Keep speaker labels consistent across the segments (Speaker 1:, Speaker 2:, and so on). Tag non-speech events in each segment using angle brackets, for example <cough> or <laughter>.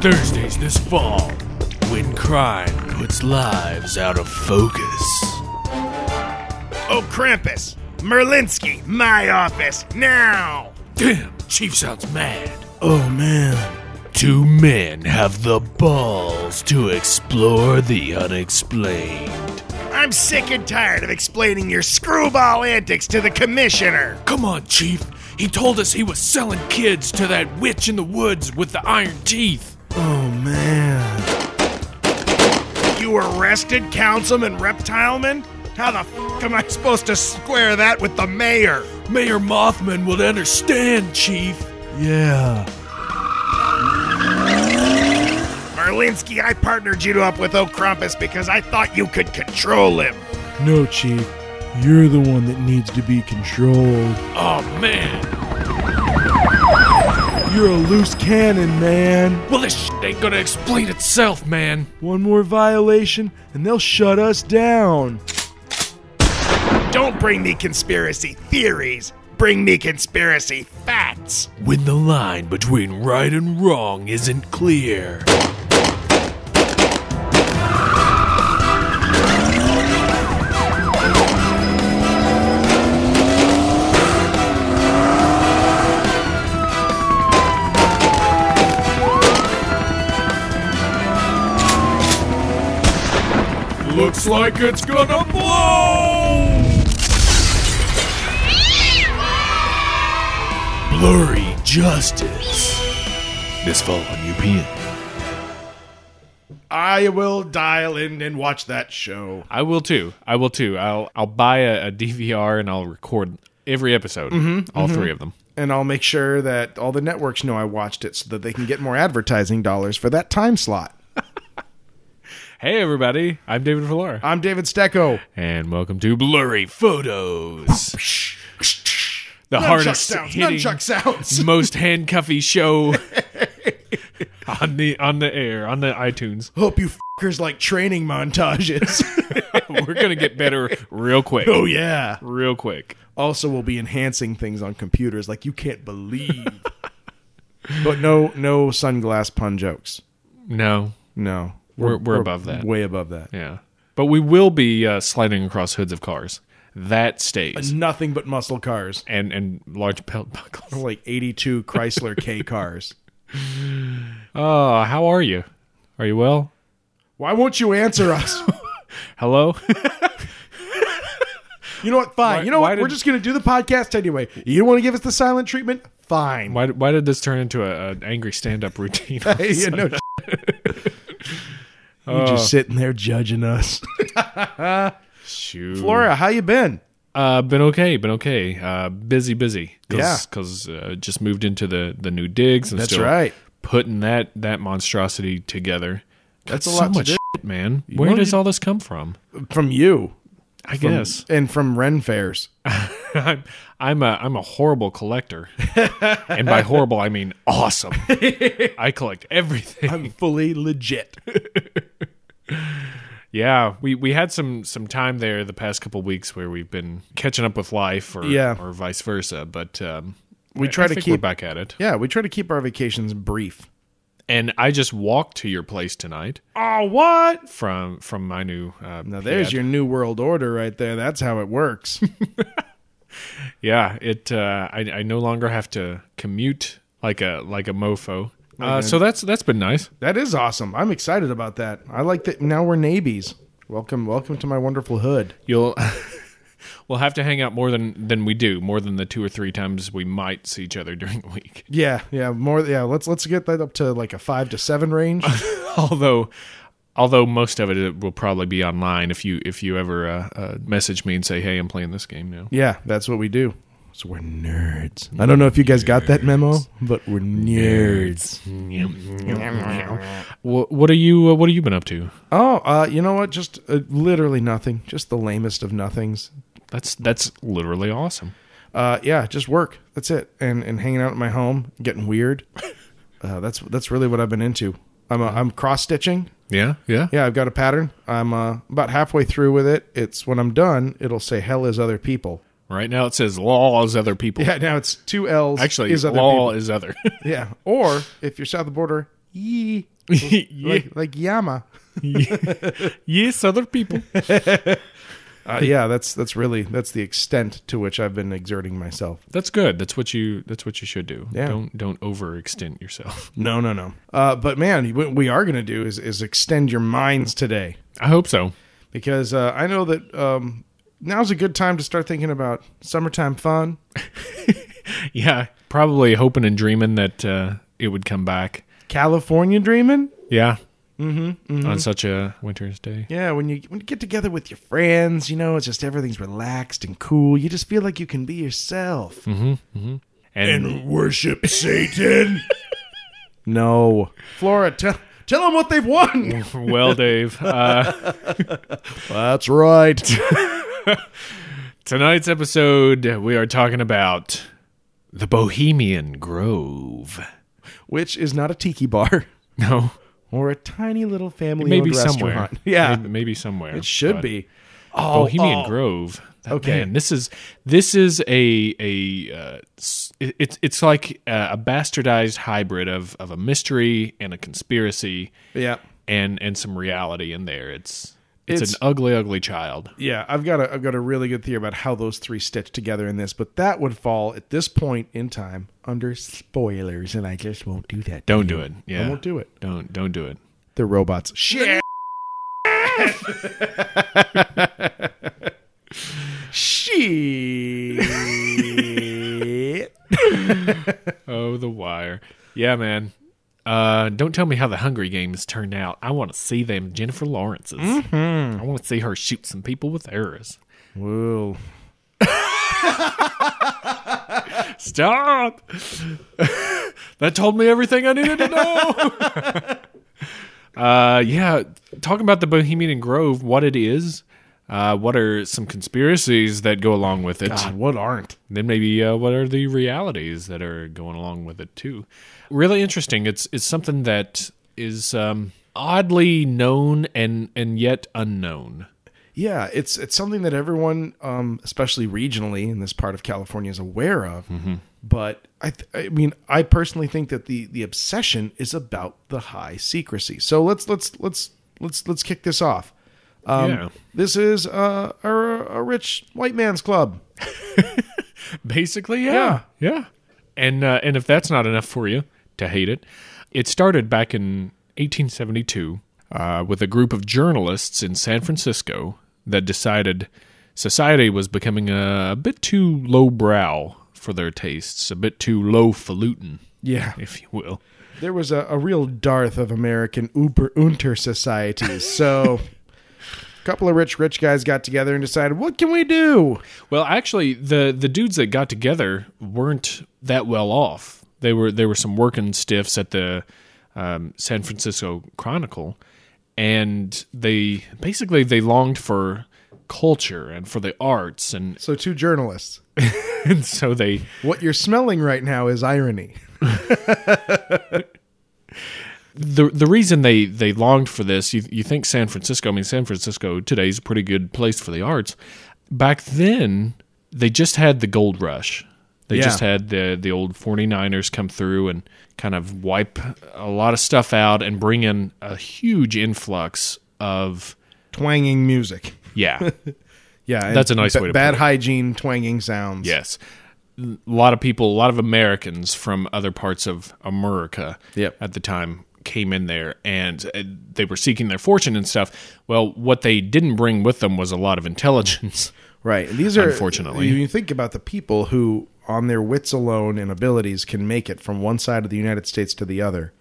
Speaker 1: Thursdays this fall, when crime puts lives out of focus.
Speaker 2: Oh, Krampus! Merlinsky, my office, now!
Speaker 1: Damn, Chief sounds mad. Oh man. Two men have the balls to explore the unexplained.
Speaker 2: I'm sick and tired of explaining your screwball antics to the commissioner.
Speaker 1: Come on, Chief. He told us he was selling kids to that witch in the woods with the iron teeth.
Speaker 3: Oh man.
Speaker 2: You arrested Councilman Reptileman? How the f am I supposed to square that with the mayor?
Speaker 1: Mayor Mothman would understand, Chief.
Speaker 3: Yeah.
Speaker 2: Merlinsky, I partnered you up with O'Krampus because I thought you could control him.
Speaker 3: No, Chief. You're the one that needs to be controlled.
Speaker 1: Oh man.
Speaker 3: You're a loose cannon, man.
Speaker 1: Well, this shit ain't gonna explain itself, man.
Speaker 3: One more violation and they'll shut us down.
Speaker 2: Don't bring me conspiracy theories. Bring me conspiracy facts.
Speaker 1: When the line between right and wrong isn't clear. Looks like it's gonna blow! Blurry Justice. This fall on UPN.
Speaker 2: I will dial in and watch that show.
Speaker 4: I will too. I will too. I'll I'll buy a, a DVR and I'll record every episode, all three of them.
Speaker 2: And I'll make sure that all the networks know I watched it so that they can get more advertising dollars for that time slot.
Speaker 4: Hey everybody, I'm David Villar,
Speaker 2: I'm David Stecco.
Speaker 4: and welcome to Blurry Photos, the
Speaker 2: Nunchuck
Speaker 4: hardest
Speaker 2: sounds.
Speaker 4: hitting,
Speaker 2: Nunchuck sounds.
Speaker 4: most handcuffy show on the on the air on the iTunes.
Speaker 2: Hope you fuckers like training montages. <laughs>
Speaker 4: We're gonna get better real quick,
Speaker 2: oh, yeah.
Speaker 4: real quick.
Speaker 2: Also, we'll be enhancing things on computers like you can't believe. <laughs> but no, no sunglass pun jokes.
Speaker 4: No,
Speaker 2: No.
Speaker 4: We're- we're above that.
Speaker 2: Way above that.
Speaker 4: yeah, but we will be uh, sliding across hoods of cars. That stays,
Speaker 2: Nothing but muscle cars.
Speaker 4: and and large
Speaker 2: <laughs>
Speaker 4: belt buckles.
Speaker 2: Like 82 Chrysler
Speaker 3: <laughs>
Speaker 2: K cars.
Speaker 4: Uh, how are you? Are you well?
Speaker 2: Why won't you answer us? <laughs>
Speaker 4: Hello?
Speaker 2: You know what? Fine.
Speaker 4: Why-
Speaker 2: you know
Speaker 4: why
Speaker 2: what? We're
Speaker 4: did-
Speaker 2: just going to do the podcast anyway. You want to give us the silent treatment? Fine.
Speaker 4: why, why did this turn into a, an angry stand up routine? all of a
Speaker 2: <laughs> Hey, you
Speaker 4: sudden?
Speaker 2: know, you just sitting there judging <laughs> us.
Speaker 4: Shoot.
Speaker 2: Flora, how you been?
Speaker 4: Uh, been okay, been okay. Uh, busy, busy. Cause,
Speaker 2: Yeah.
Speaker 4: 'cause, uh, just moved into the, the new digs. And
Speaker 2: That's
Speaker 4: still
Speaker 2: right.
Speaker 4: Putting that, that monstrosity together.
Speaker 2: That's a
Speaker 4: so
Speaker 2: lot to
Speaker 4: much
Speaker 2: do.
Speaker 4: shit, man. Where
Speaker 2: wanted
Speaker 4: does
Speaker 2: to-
Speaker 4: all this come from?
Speaker 2: From you.
Speaker 4: I
Speaker 2: From-
Speaker 4: guess
Speaker 2: And from Ren Fairs.
Speaker 4: <laughs> I'm, I'm a I'm a horrible
Speaker 2: <laughs>
Speaker 4: collector, and by horrible I mean awesome. I collect everything.
Speaker 2: <laughs> I'm fully legit.
Speaker 4: Yeah, we, we had some some time there the past couple weeks where we've been catching up with life, or
Speaker 2: Yeah.
Speaker 4: or vice versa. But um,
Speaker 2: We
Speaker 4: I-
Speaker 2: try
Speaker 4: I
Speaker 2: to
Speaker 4: think we're
Speaker 2: keep-
Speaker 4: back at it.
Speaker 2: Yeah, we try to keep our vacations brief.
Speaker 4: And I just walked to your place tonight
Speaker 2: Oh, what?
Speaker 4: from from my new. Uh,
Speaker 2: Now there's your new world order right there. That's how it <laughs> works.
Speaker 4: yeah. It uh, I I no longer have to commute like a like a mofo. Uh, so that's that's been nice.
Speaker 2: that is awesome. I'm excited about that. I like that now we're neighbies. Welcome, welcome to my wonderful hood.
Speaker 4: You'll <laughs> we'll have to hang out more than than we do, more than the two or three times we might see each other during the week.
Speaker 2: Yeah, yeah, more yeah, let's let's get that up to like a 5 to 7 range.
Speaker 4: although although most of it will probably be online if you if you ever uh, uh, message me and say hey i'm playing this game now
Speaker 2: yeah, that's what we do. So we're nerds. I don't know if you guys got that memo, but we're nerds.
Speaker 4: Wh- what are you uh, what have you been up to
Speaker 2: Oh, uh, you know what? Just uh, literally nothing. Just the lamest of nothings.
Speaker 4: that's that's literally awesome
Speaker 2: Uh, yeah, just work. That's it. And and hanging out at my home, getting <laughs> weird. Uh, that's that's really what I've been into. I'm uh, I'm cross stitching.
Speaker 4: yeah yeah
Speaker 2: Yeah, I've got a pattern. I'm uh, about halfway through with it. It's when I'm done, it'll say "hell is other people." <laughs>
Speaker 4: right now it says law is other people
Speaker 2: Yeah, now it's two L's.
Speaker 4: actually
Speaker 2: is other
Speaker 4: law
Speaker 2: people.
Speaker 4: is other <laughs>
Speaker 2: Yeah, or if you're south of the border, yee,
Speaker 4: yeah,
Speaker 2: <laughs> like like Yama.
Speaker 4: yes, other people.
Speaker 2: Uh, yeah, that's that's really that's the extent to which I've been exerting myself.
Speaker 4: That's good. That's what you. That's what you should do.
Speaker 2: Yeah.
Speaker 4: Don't don't overextend yourself. <laughs>
Speaker 2: No, no, no. Uh, but man, what we are gonna do is is extend your minds today
Speaker 4: I hope so.
Speaker 2: because uh, I know that um, now's a good time to start thinking about summertime fun.
Speaker 4: Yeah, probably hoping and dreaming that uh, it would come back.
Speaker 2: California dreaming?
Speaker 4: Yeah. Mm-hmm, On such a winter's day.
Speaker 2: Yeah, when you when you get together with your friends, you know, it's just everything's relaxed and cool. You just feel like you can be yourself. mm-hmm.
Speaker 4: And,
Speaker 1: Worship Satan.
Speaker 2: <laughs> No, Flora, tell tell them what they've won.
Speaker 4: well, Dave, uh,
Speaker 2: That's right.
Speaker 4: tonight's episode we are talking about the Bohemian Grove.
Speaker 2: Which is not a tiki bar <laughs>
Speaker 4: No,
Speaker 2: or a tiny little family
Speaker 4: maybe
Speaker 2: owned
Speaker 4: somewhere.
Speaker 2: restaurant. <laughs> Yeah,
Speaker 4: maybe, maybe somewhere.
Speaker 2: it should
Speaker 4: but
Speaker 2: be. Oh,
Speaker 4: Bohemian
Speaker 2: oh.
Speaker 4: Grove. That-
Speaker 2: Okay.
Speaker 4: man, this is this is a a uh, s- it- it's it's like uh, a bastardized hybrid of of a mystery and a conspiracy.
Speaker 2: Yeah.
Speaker 4: and and some reality in there. It's it's,
Speaker 2: It's-
Speaker 4: an ugly, ugly child.
Speaker 2: Yeah, I've got a I've got a really good theory about how those three stitch together in this, but that would fall at this point in time under spoilers, and I just won't do that.
Speaker 4: Don't do it. Yeah,
Speaker 2: I won't do it.
Speaker 4: Don't don't do it.
Speaker 2: They're robots. Shit. <laughs>
Speaker 4: <laughs>
Speaker 2: Shit.
Speaker 4: Oh, the wire. Yeah, man. Uh, don't tell me how the Hungry Games turned out. I want to see them Jennifer Lawrence's. I want to see her shoot some people with arrows.
Speaker 2: Whoa.
Speaker 4: Stop! <laughs> that told me everything I needed to know. <laughs> uh, yeah, talking about the Bohemian Grove, what it is, uh, what are some conspiracies that go along with it?
Speaker 2: what aren't?
Speaker 4: then maybe uh, what are the realities that are going along with it too really interesting it's it's something that is um, oddly known and and yet unknown
Speaker 2: Yeah, it's it's something that everyone, um, especially regionally in this part of California, is aware of. But I, th- I mean, I personally think that the the obsession is about the high secrecy. So let's let's let's let's let's kick this off. Um,
Speaker 4: Yeah.
Speaker 2: This is uh, a, a rich white man's club.
Speaker 4: basically yeah yeah, and uh, and if that's not enough for you to hate it it started back in 1872 uh, with a group of journalists in san francisco that decided society was becoming a, a bit too lowbrow for their tastes a bit too lowfalutin
Speaker 2: Yeah,
Speaker 4: if you will
Speaker 2: there was a, a real Darth of American Uber Unter societies. So. A couple of rich rich guys got together and decided, what can we do?
Speaker 4: Well, actually, the the dudes that got together weren't that well off. They were there were some working stiffs at the um, San Francisco Chronicle, and they basically they longed for culture and for the arts, and, <laughs>
Speaker 2: So two journalists.
Speaker 4: and so they
Speaker 2: What you're smelling right now is irony.
Speaker 4: the the reason they they longed for this. You you think San Francisco? I mean, San Francisco today is a pretty good place for the arts. Back then, they just had the gold rush. They
Speaker 2: Yeah.
Speaker 4: just had the the old 49ers come through and kind of wipe a lot of stuff out and bring in a huge influx of
Speaker 2: twanging music.
Speaker 4: yeah,
Speaker 2: Yeah, and
Speaker 4: That's a nice
Speaker 2: ba-
Speaker 4: way to
Speaker 2: bad
Speaker 4: put it.
Speaker 2: hygiene twanging sounds.
Speaker 4: yes. A lot of people, a lot of Americans from other parts of America
Speaker 2: Yep.
Speaker 4: at the time came in there and uh, they were seeking their fortune and stuff. Well, what they didn't bring with them was a lot of intelligence. <laughs>
Speaker 2: right. These are
Speaker 4: Unfortunately.
Speaker 2: When you think about the people who, on their wits alone and abilities, can make it from one side of the United States to the other,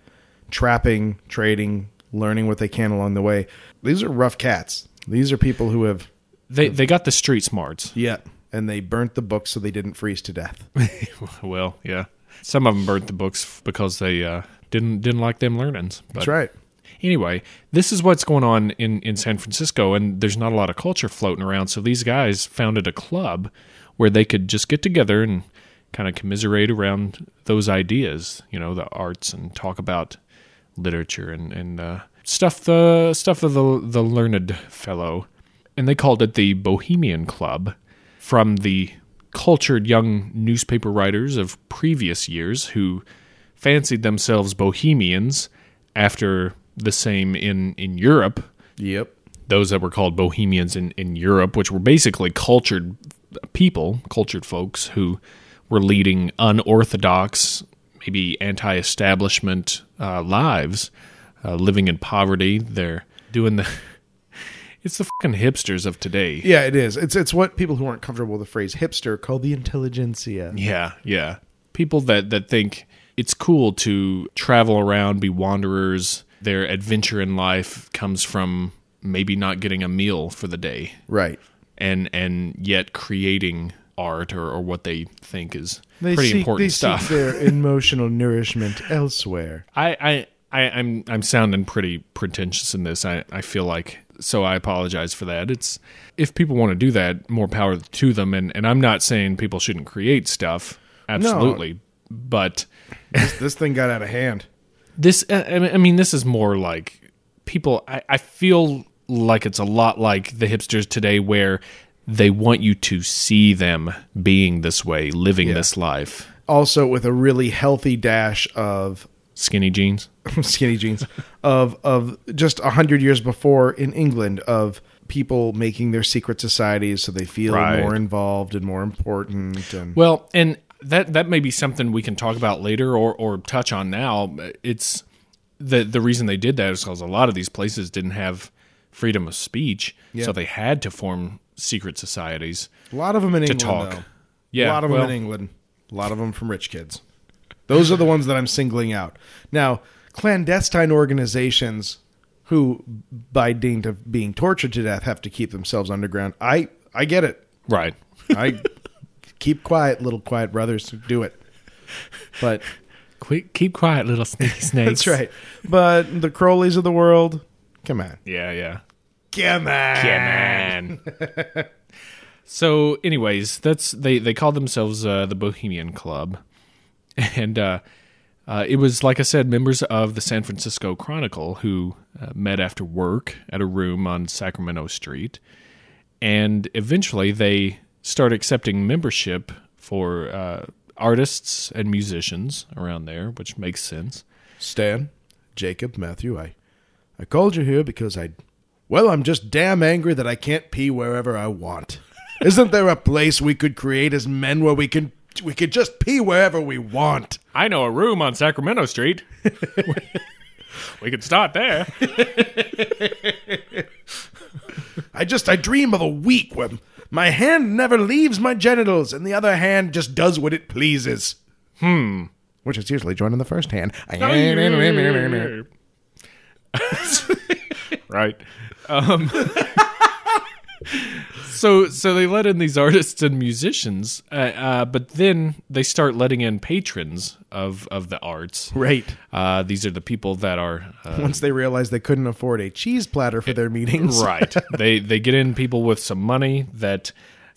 Speaker 2: trapping, trading, learning what they can along the way. These are rough cats. These are people who have
Speaker 4: They they got the street smarts. <laughs>
Speaker 2: yeah, and they burnt the books so they didn't freeze to death.
Speaker 4: well, yeah. Some of them burnt the books because they uh, didn't didn't like them learnings. But
Speaker 2: That's right.
Speaker 4: anyway, this is what's going on in, in San Francisco, and there's not a lot of culture floating around. So these guys founded a club where they could just get together and kind of commiserate around those ideas, you know, the arts, and talk about literature and and uh, stuff the stuff of the the learned fellow. And they called it the Bohemian Club from the cultured young newspaper writers of previous years who fancied themselves bohemians after the same in in Europe.
Speaker 2: Yep.
Speaker 4: Those that were called Bohemians in in Europe, which were basically cultured people, cultured folks who were leading unorthodox, maybe anti-establishment uh, lives, uh, living in poverty. They're doing the <laughs> it's the fucking hipsters of today.
Speaker 2: Yeah, it is. It's it's what people who aren't comfortable with the phrase hipster call the intelligentsia.
Speaker 4: Yeah, yeah. People that that think it's cool to travel around, be wanderers. Their adventure in life comes from maybe not getting a meal for the day,
Speaker 2: Right.
Speaker 4: and and yet creating art or, or what they think is
Speaker 2: They
Speaker 4: pretty
Speaker 2: seek,
Speaker 4: important
Speaker 2: they
Speaker 4: stuff. <laughs>
Speaker 2: seek their emotional nourishment elsewhere.
Speaker 4: I, I, I, I'm I'm sounding pretty pretentious in this. I, I feel like so I apologize for that. It's if people want to do that, more power to them. And and I'm not saying people shouldn't create stuff. Absolutely, but
Speaker 2: This, this thing got out of hand.
Speaker 4: this I I- I mean this is more like people I, I feel like it's a lot like the hipsters today where they want you to see them being this way living this life
Speaker 2: Also, with a really healthy dash of <laughs>
Speaker 4: skinny jeans
Speaker 2: skinny jeans, of of just a hundred years before in England of people making their secret societies so they feel
Speaker 4: Right.
Speaker 2: more involved and more important. And
Speaker 4: well and that that may be something we can talk about later or or touch on now it's the the reason they did that is because a lot of these places didn't have freedom of speech so they had to form secret societies
Speaker 2: a lot of them in England,
Speaker 4: talk.
Speaker 2: though.
Speaker 4: yeah
Speaker 2: a lot of them
Speaker 4: well,
Speaker 2: in England. A lot of them from rich kids. Those are the ones that I'm singling out. Now, clandestine organizations who, by dint of being tortured to death, have to keep themselves underground. I I get it.
Speaker 4: right
Speaker 2: I <laughs> keep quiet, little quiet brothers. Do it. But
Speaker 4: Quick, keep quiet, little sneaky snakes.
Speaker 2: <laughs> that's right. But the Crowleys of the world, come on,
Speaker 4: Yeah, yeah.
Speaker 2: come on.
Speaker 4: man. <laughs> so, anyways, that's they they called themselves uh, the Bohemian Club, <laughs> and uh, uh, it was like I said, members of the San Francisco Chronicle who uh, met after work at a room on Sacramento Street, and eventually they start accepting membership for uh, artists and musicians around there, which makes sense.
Speaker 2: Stan, Jacob, Matthew, I, I called you here because I, well, I'm just damn angry that I can't pee wherever I want. Isn't there a place we could create as men where we can we could just pee wherever we want?
Speaker 4: I know a room on Sacramento <laughs> Street. we could start there. <laughs>
Speaker 2: I just I dream of a week where my hand never leaves my genitals and the other hand just does what it pleases. Hmm. Which is usually joined in the first hand.
Speaker 4: right. Um, <laughs> so so they let in these artists and musicians, uh, uh, but then they start letting in patrons of of the arts.
Speaker 2: Right.
Speaker 4: Uh, these are the people that are uh,
Speaker 2: Once they realized they couldn't afford a cheese platter for their <laughs> meetings.
Speaker 4: right. They they get in people with some money that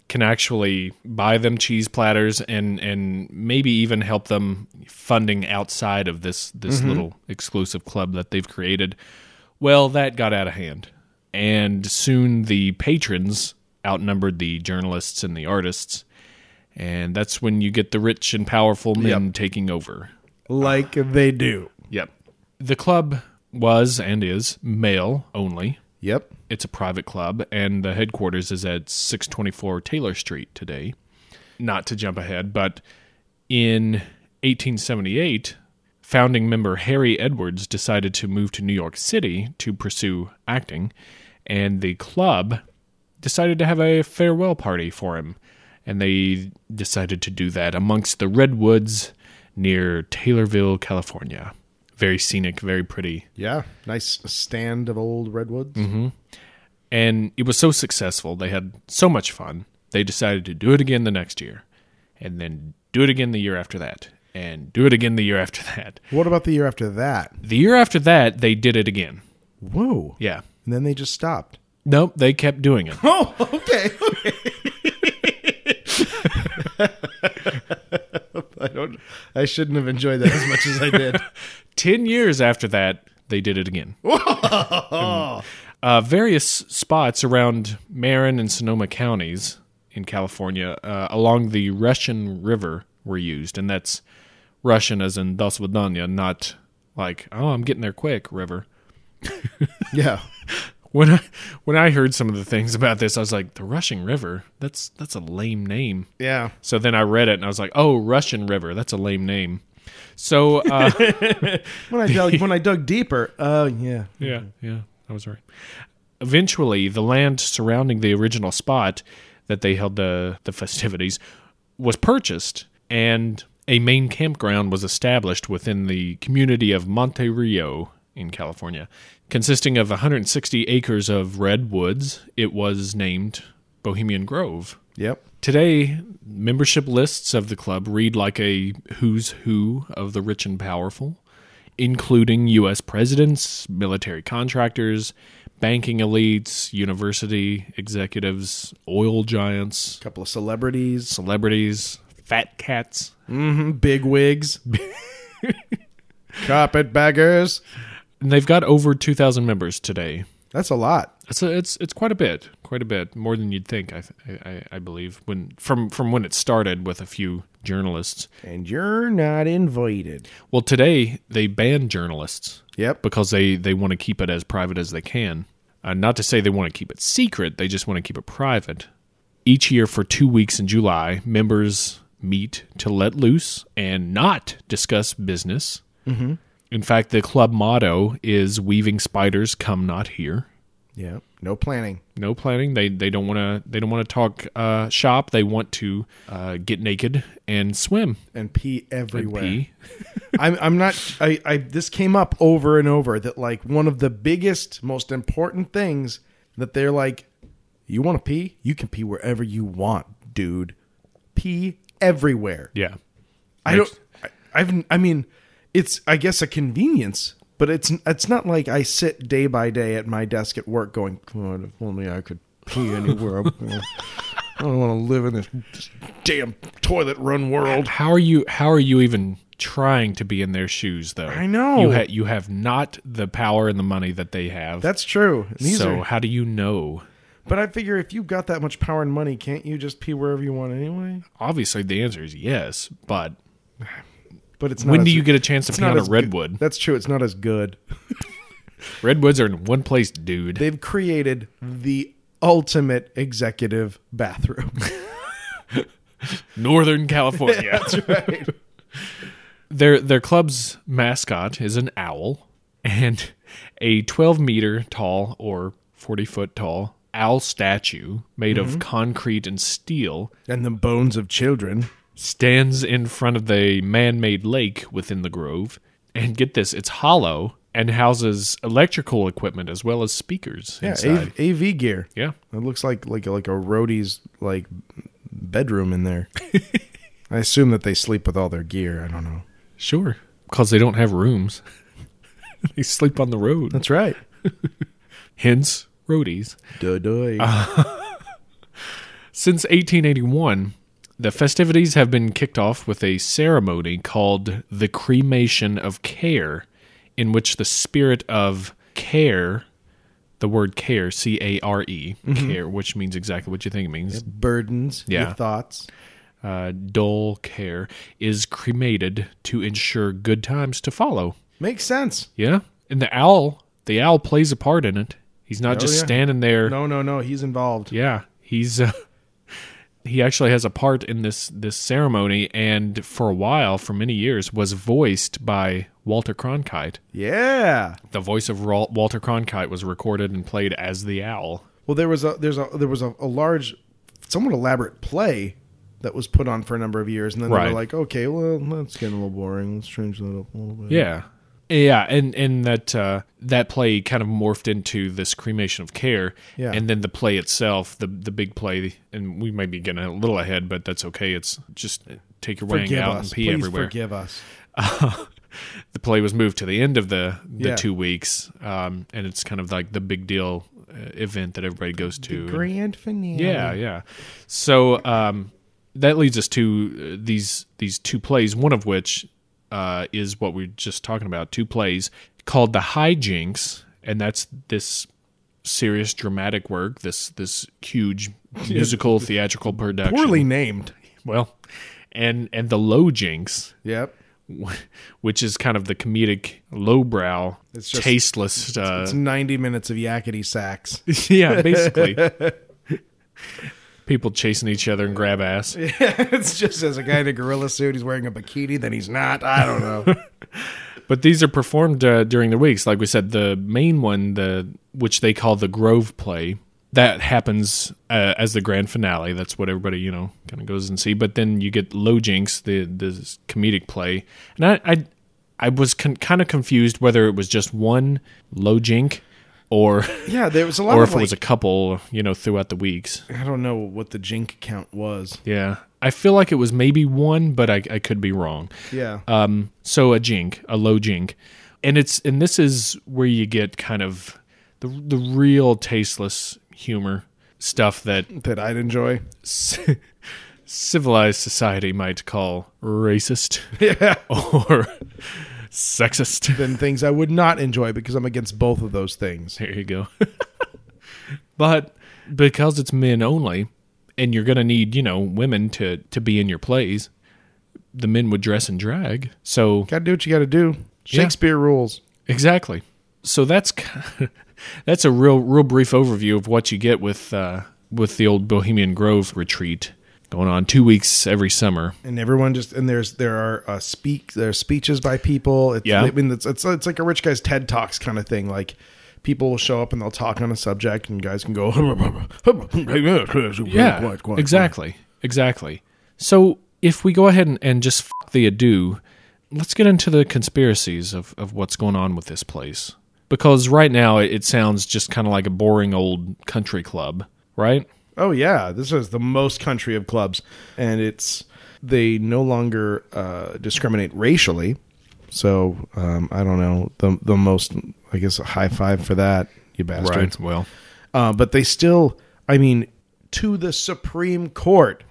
Speaker 4: can actually buy them cheese platters and and maybe even help them funding outside of this this little exclusive club that they've created. Well, that got out of hand. And soon the patrons outnumbered the journalists and the artists. And that's when you get the rich and powerful men taking over.
Speaker 2: Like they do.
Speaker 4: Yep. The club was and is male only
Speaker 2: Yep.
Speaker 4: it's a private club and the headquarters is at 624 Taylor Street today. Not to jump ahead, but in 1878, founding member Harry Edwards decided to move to New York City to pursue acting, and the club decided to have a farewell party for him. And they decided to do that amongst the redwoods near Taylorville, California. Very scenic, very pretty.
Speaker 2: Yeah, nice stand of old redwoods.
Speaker 4: and it was so successful they had so much fun they decided to do it again the next year and then do it again the year after that and do it again the year after <laughs> that
Speaker 2: What about the year after that?
Speaker 4: the year after that they did it again
Speaker 2: Whoa!
Speaker 4: yeah
Speaker 2: And then they just stopped.
Speaker 4: nope they kept doing it
Speaker 2: Oh, okay. I don't. I shouldn't have enjoyed that as much as I did.
Speaker 4: 10 years after that they did it again And, uh, various spots around marin and sonoma counties in california uh, along the russian river were used and that's russian as in dos Vodanya, not Like, oh, I'm getting there quick, River.
Speaker 2: <laughs> Yeah.
Speaker 4: When I when I heard some of the things about this, I was like, the Rushing River. That's that's a lame name.
Speaker 2: Yeah.
Speaker 4: So then I read it and I was like, oh, Russian River. That's a lame name. So uh,
Speaker 2: When I dug when I dug deeper, oh yeah.
Speaker 4: yeah, yeah, I was right. Eventually, the land surrounding the original spot that they held the the festivities was purchased, and a main campground was established within the community of Monte Rio in California, consisting of 160 acres of redwoods. It was named Bohemian Grove.
Speaker 2: Yep.
Speaker 4: Today, membership lists of the club read like a who's who of the rich and powerful, including U.S. presidents, military contractors, banking elites, university executives, oil giants,
Speaker 2: couple of celebrities,
Speaker 4: celebrities, fat cats.
Speaker 2: some big wigs, <laughs> carpetbaggers.
Speaker 4: And they've got over 2,000 members today.
Speaker 2: That's a lot.
Speaker 4: It's, a, it's it's quite a bit, quite a bit more than you'd think. I, th- I I believe when from from when it started with a few journalists.
Speaker 2: And you're not invited.
Speaker 4: Well, today they ban journalists.
Speaker 2: Yep.
Speaker 4: because they they want to keep it as private as they can. Uh, not to say they want to keep it secret, they just want to keep it private. Each year for 2 weeks in July, members meet to let loose and not discuss business. Mm-hmm. In fact, the club motto is weaving spiders come not here.
Speaker 2: Yeah. No planning.
Speaker 4: No planning. They they don't want to they don't want to talk uh, shop. They want to uh, get naked and swim
Speaker 2: And pee everywhere.
Speaker 4: pee.
Speaker 2: I'm, I'm not. I, I. This came up over and over that like one of the biggest, most important things that they're like, you want to pee? You can pee wherever you want, dude. Pee everywhere.
Speaker 4: Yeah.
Speaker 2: I don't. I, I've. I mean, it's. I guess a convenience, but it's. It's not like I sit day by day at my desk at work going, "Come on, if only I could pee anywhere." I'm gonna- I don't want to live in this damn toilet run world.
Speaker 4: How are you? How are you even trying to be in their shoes, though?
Speaker 2: I know.
Speaker 4: you ha- you have not the power and the money that they have.
Speaker 2: That's true. These
Speaker 4: so.
Speaker 2: are,
Speaker 4: How do you know?
Speaker 2: but I figure if you've got that much power and money, can't you just pee wherever you want anyway?
Speaker 4: Obviously, the answer is yes. But
Speaker 2: But it's not
Speaker 4: when
Speaker 2: as-
Speaker 4: do you get a chance to
Speaker 2: it's
Speaker 4: pee on a
Speaker 2: as good-
Speaker 4: redwood?
Speaker 2: That's true. It's not as good.
Speaker 4: Redwoods are in one place, dude.
Speaker 2: They've created the ultimate executive bathroom. <laughs>
Speaker 4: Northern California. That's right. <laughs> their their club's mascot is an owl, and a 12 meter tall or 40 foot tall owl statue made
Speaker 2: Mm-hmm.
Speaker 4: of concrete and steel
Speaker 2: and the bones of children.
Speaker 4: stands in front of the man made lake within the grove. And get this, it's hollow and houses electrical equipment as well as speakers
Speaker 2: Yeah,
Speaker 4: inside.
Speaker 2: AV, AV gear.
Speaker 4: yeah.
Speaker 2: It looks like like like a roadie's like bedroom
Speaker 4: <laughs>
Speaker 2: in there. I assume that they sleep with all their gear. I don't know.
Speaker 4: Sure. Because they don't have rooms, <laughs> they sleep on the road.
Speaker 2: That's right.
Speaker 4: Hence, roadies. Uh-huh. Since 1881, the festivities have been kicked off with a ceremony called the Cremation of Care, in which the spirit of care, the word care, C A R E,
Speaker 2: Mm-hmm.
Speaker 4: care, which means exactly what you think it means,
Speaker 2: Burdens.
Speaker 4: Yeah.
Speaker 2: Your thoughts.
Speaker 4: uh, dull care, is cremated to ensure good times to follow.
Speaker 2: Makes sense.
Speaker 4: Yeah? And the owl, the owl plays a part in it. He's not just
Speaker 2: Oh, yeah.
Speaker 4: standing there
Speaker 2: No, no, no. He's involved.
Speaker 4: Yeah, he's uh, <laughs> he actually has a part in this this ceremony, and for a while, for many years, was voiced by Walter Cronkite.
Speaker 2: Yeah.
Speaker 4: The voice of Ra- Walter Cronkite was recorded and played as the owl.
Speaker 2: Well, there was a there's a there was a, a large, somewhat elaborate play that was put on for a number of years, and then they
Speaker 4: Right.
Speaker 2: were like, okay, well, that's getting a little boring. Let's change that up a little bit.
Speaker 4: Yeah. Yeah, and and that uh, that play kind of morphed into this cremation of care,
Speaker 2: Yeah.
Speaker 4: and then the play itself, the the big play, and we might be getting a little ahead, but that's okay. It's just uh, take your wang
Speaker 2: Forgive
Speaker 4: out
Speaker 2: us.
Speaker 4: and pee
Speaker 2: Please
Speaker 4: everywhere.
Speaker 2: forgive us.
Speaker 4: the play was moved to the end of the the
Speaker 2: Yeah.
Speaker 4: two weeks, um, and it's kind of like the big deal uh, event that everybody goes to. And-
Speaker 2: Grand finale.
Speaker 4: yeah, yeah. So um, that leads us to uh, these these two plays, one of which uh, is what we we're just talking about. Two plays called the Hijinks, and that's this serious dramatic work, this this huge musical theatrical production.
Speaker 2: Poorly named.
Speaker 4: well, and and the Low Jinks
Speaker 2: Yep.
Speaker 4: <laughs> which is kind of the comedic lowbrow,
Speaker 2: It's just-
Speaker 4: tasteless. Uh,
Speaker 2: It's 90 minutes of yakety <laughs> sacks.
Speaker 4: <laughs> yeah, basically.
Speaker 2: <laughs>
Speaker 4: People chasing each other and grab ass.
Speaker 2: it's just as a guy in a gorilla suit, he's wearing a bikini, then he's not. I don't know.
Speaker 4: But these are performed uh, during the weeks. Like we said, the main one, the which they call the Grove Play, that happens uh, as the grand finale. That's what everybody you know kind of goes and see. But then you get Low Jinks, the this comedic play, and I I, I was con- kind of confused whether it was just one Low Jink, or
Speaker 2: yeah, there was a lot
Speaker 4: or
Speaker 2: of
Speaker 4: if it was a
Speaker 2: like-
Speaker 4: couple. You know, throughout the weeks.
Speaker 2: I don't know what the jink count was.
Speaker 4: Yeah, I feel like it was maybe one, but I I could be wrong.
Speaker 2: Yeah.
Speaker 4: Um, so a jink, a low jink, and it's and this is where you get kind of the the real tasteless humor stuff that <laughs>
Speaker 2: that I'd enjoy.
Speaker 4: c- civilized society might call racist
Speaker 2: <laughs> Yeah.
Speaker 4: <laughs> or sexist.
Speaker 2: Than things I would not enjoy because I'm against both of those things.
Speaker 4: There you go. <laughs> but because it's men only, and you're gonna need you know women to to be in your plays, the men would dress in drag. So
Speaker 2: Gotta do what you gotta do.
Speaker 4: Yeah.
Speaker 2: Shakespeare rules.
Speaker 4: Exactly. So that's ki- <laughs> that's a real real brief overview of what you get with uh, with the old Bohemian Grove retreat going on two weeks every summer.
Speaker 2: And everyone just and there's there are uh, speak there are speeches by people. It's,
Speaker 4: Yeah.
Speaker 2: I mean it's, it's it's like a rich guy's TED Talks kind of thing. Like people will show up and they'll talk on a subject and guys can go <laughs>
Speaker 4: Yeah,
Speaker 2: Yeah,
Speaker 4: exactly, exactly. So if we go ahead and, and just f- the ado, let's get into the conspiracies of, of what's going on with this place because right now it, it sounds just kind of like a boring old country club, right?
Speaker 2: Oh yeah, this is the most country of clubs, and it's they no longer uh, discriminate racially. So um, I don't know the the most. I guess a high five for that, you bastards.
Speaker 4: Well,
Speaker 2: Uh, but they still, I mean, to the Supreme Court,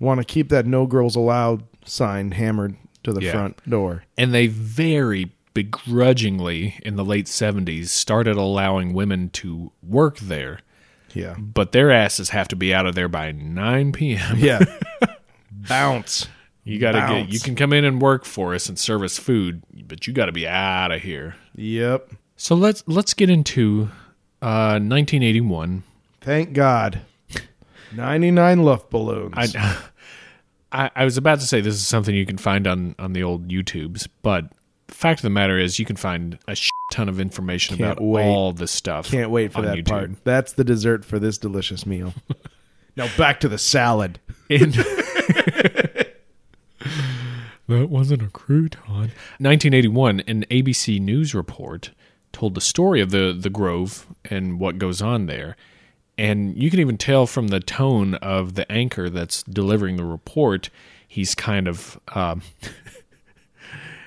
Speaker 2: want to keep that "No Girls Allowed" sign hammered to the
Speaker 4: Yeah.
Speaker 2: front door.
Speaker 4: and they very begrudgingly in the late 70s started allowing women to work there
Speaker 2: Yeah,
Speaker 4: but their asses have to be out of there by 9 p.m <laughs>
Speaker 2: yeah. Bounce.
Speaker 4: you gotta
Speaker 2: Bounce.
Speaker 4: get you can come in and work for us and serve us food but you gotta be out of here
Speaker 2: Yep.
Speaker 4: so let's let's get into uh 1981
Speaker 2: Thank God. Ninety nine luft balloons.
Speaker 4: I, I I was about to say this is something you can find on on the old YouTubes, but the fact of the matter is you can find a shit ton of information
Speaker 2: Can't
Speaker 4: about
Speaker 2: wait.
Speaker 4: all this stuff.
Speaker 2: Can't wait for
Speaker 4: on
Speaker 2: that
Speaker 4: YouTube.
Speaker 2: part. That's the dessert for this
Speaker 4: <laughs>
Speaker 2: delicious meal. now back to the salad.
Speaker 4: And- that wasn't a crouton. 1981, an ABC News report told the story of the the Grove and what goes on there. And you can even tell from the tone of the anchor that's delivering the report, he's kind of um,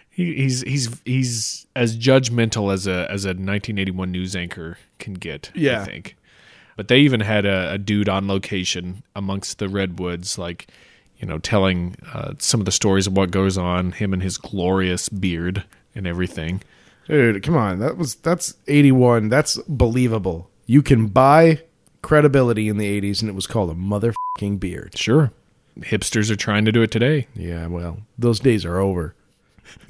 Speaker 4: he, he's he's he's as judgmental as a as a 1981 news anchor can get.
Speaker 2: Yeah.
Speaker 4: I think. But they even had a, a dude on location amongst the redwoods, like you know, telling uh, some of the stories of what goes on. Him and his glorious beard and everything.
Speaker 2: Dude, come on. That was that's 81. That's believable. You can buy credibility in the 80s and it was called a motherfucking beard.
Speaker 4: Sure, hipsters are trying to do it today.
Speaker 2: Yeah, well, those days are over.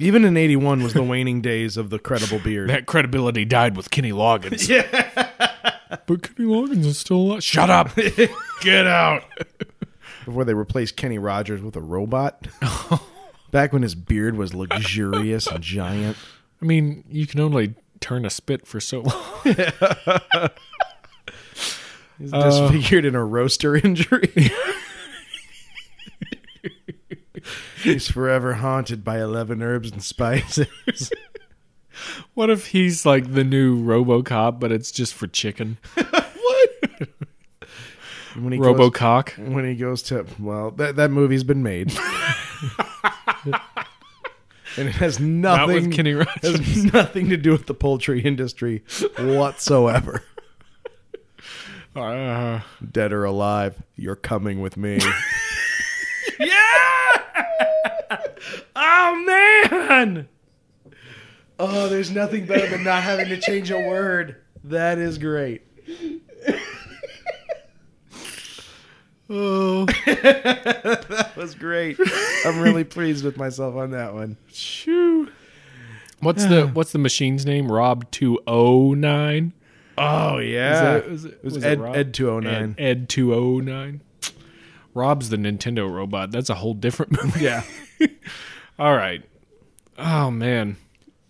Speaker 2: Even in 81 was the waning days of the credible beard.
Speaker 4: That credibility died with Kenny Loggins. Yeah, <laughs> but Kenny Loggins is still alive. Shut <laughs> up.
Speaker 2: Get out. Before they replaced Kenny Rogers with
Speaker 4: <laughs>
Speaker 2: a robot. Back when his beard was luxurious and giant.
Speaker 4: I mean, you can only turn a spit for so long.
Speaker 2: He's
Speaker 4: Uh.
Speaker 2: disfigured in a roaster injury. He's forever haunted by 11 herbs and spices.
Speaker 4: What if he's like the new RoboCop, but it's just for chicken?
Speaker 2: And when he goes,
Speaker 4: RoboCock.
Speaker 2: when he goes to well, that that movie's
Speaker 4: <laughs>
Speaker 2: been made. and it has
Speaker 4: Not with
Speaker 2: nothing
Speaker 4: Kenny Rogers.
Speaker 2: <laughs> has nothing to do with the poultry industry <laughs> whatsoever. Uh-huh.
Speaker 4: Uh,
Speaker 2: Dead or alive, you're coming with me.
Speaker 4: oh man!
Speaker 2: <laughs> oh, there's nothing better than not having to change a <laughs> word. That is great.
Speaker 4: Oh,
Speaker 2: <laughs> That was great. I'm really pleased with myself on that one.
Speaker 4: shoo. What's the what's the machine's name? Rob two oh nine.
Speaker 2: Oh yeah,
Speaker 4: it- was it-
Speaker 2: it was,
Speaker 4: was it
Speaker 2: Ed
Speaker 4: Rob?
Speaker 2: Ed 209.
Speaker 4: Ed two oh nine. Rob's the Nintendo robot. That's a whole different <laughs> movie.
Speaker 2: Yeah,
Speaker 4: All right. Oh man,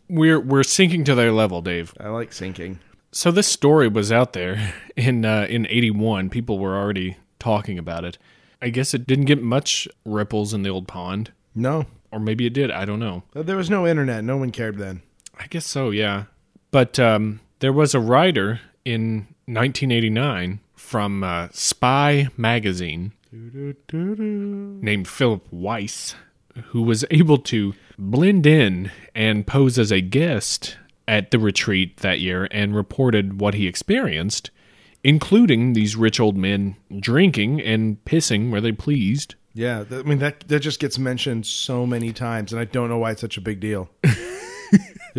Speaker 4: we're we're sinking to their level, Dave.
Speaker 2: I like sinking.
Speaker 4: So this story was out there <laughs> in uh, in '81. People were already talking about it. I guess it didn't get much ripples in the old pond,
Speaker 2: No,
Speaker 4: or maybe it did. I don't know.
Speaker 2: there was no internet. No one cared then.
Speaker 4: I guess so, yeah. But um, there was a writer in 1989 from uh, Spy magazine named Philip Weiss who was able to blend in and pose as a guest at the retreat that year and reported what he experienced, including these rich old men drinking and pissing where they pleased.
Speaker 2: Yeah, th- I mean that that just gets mentioned so many times, and I don't know why it's such a
Speaker 4: <laughs>
Speaker 2: big deal.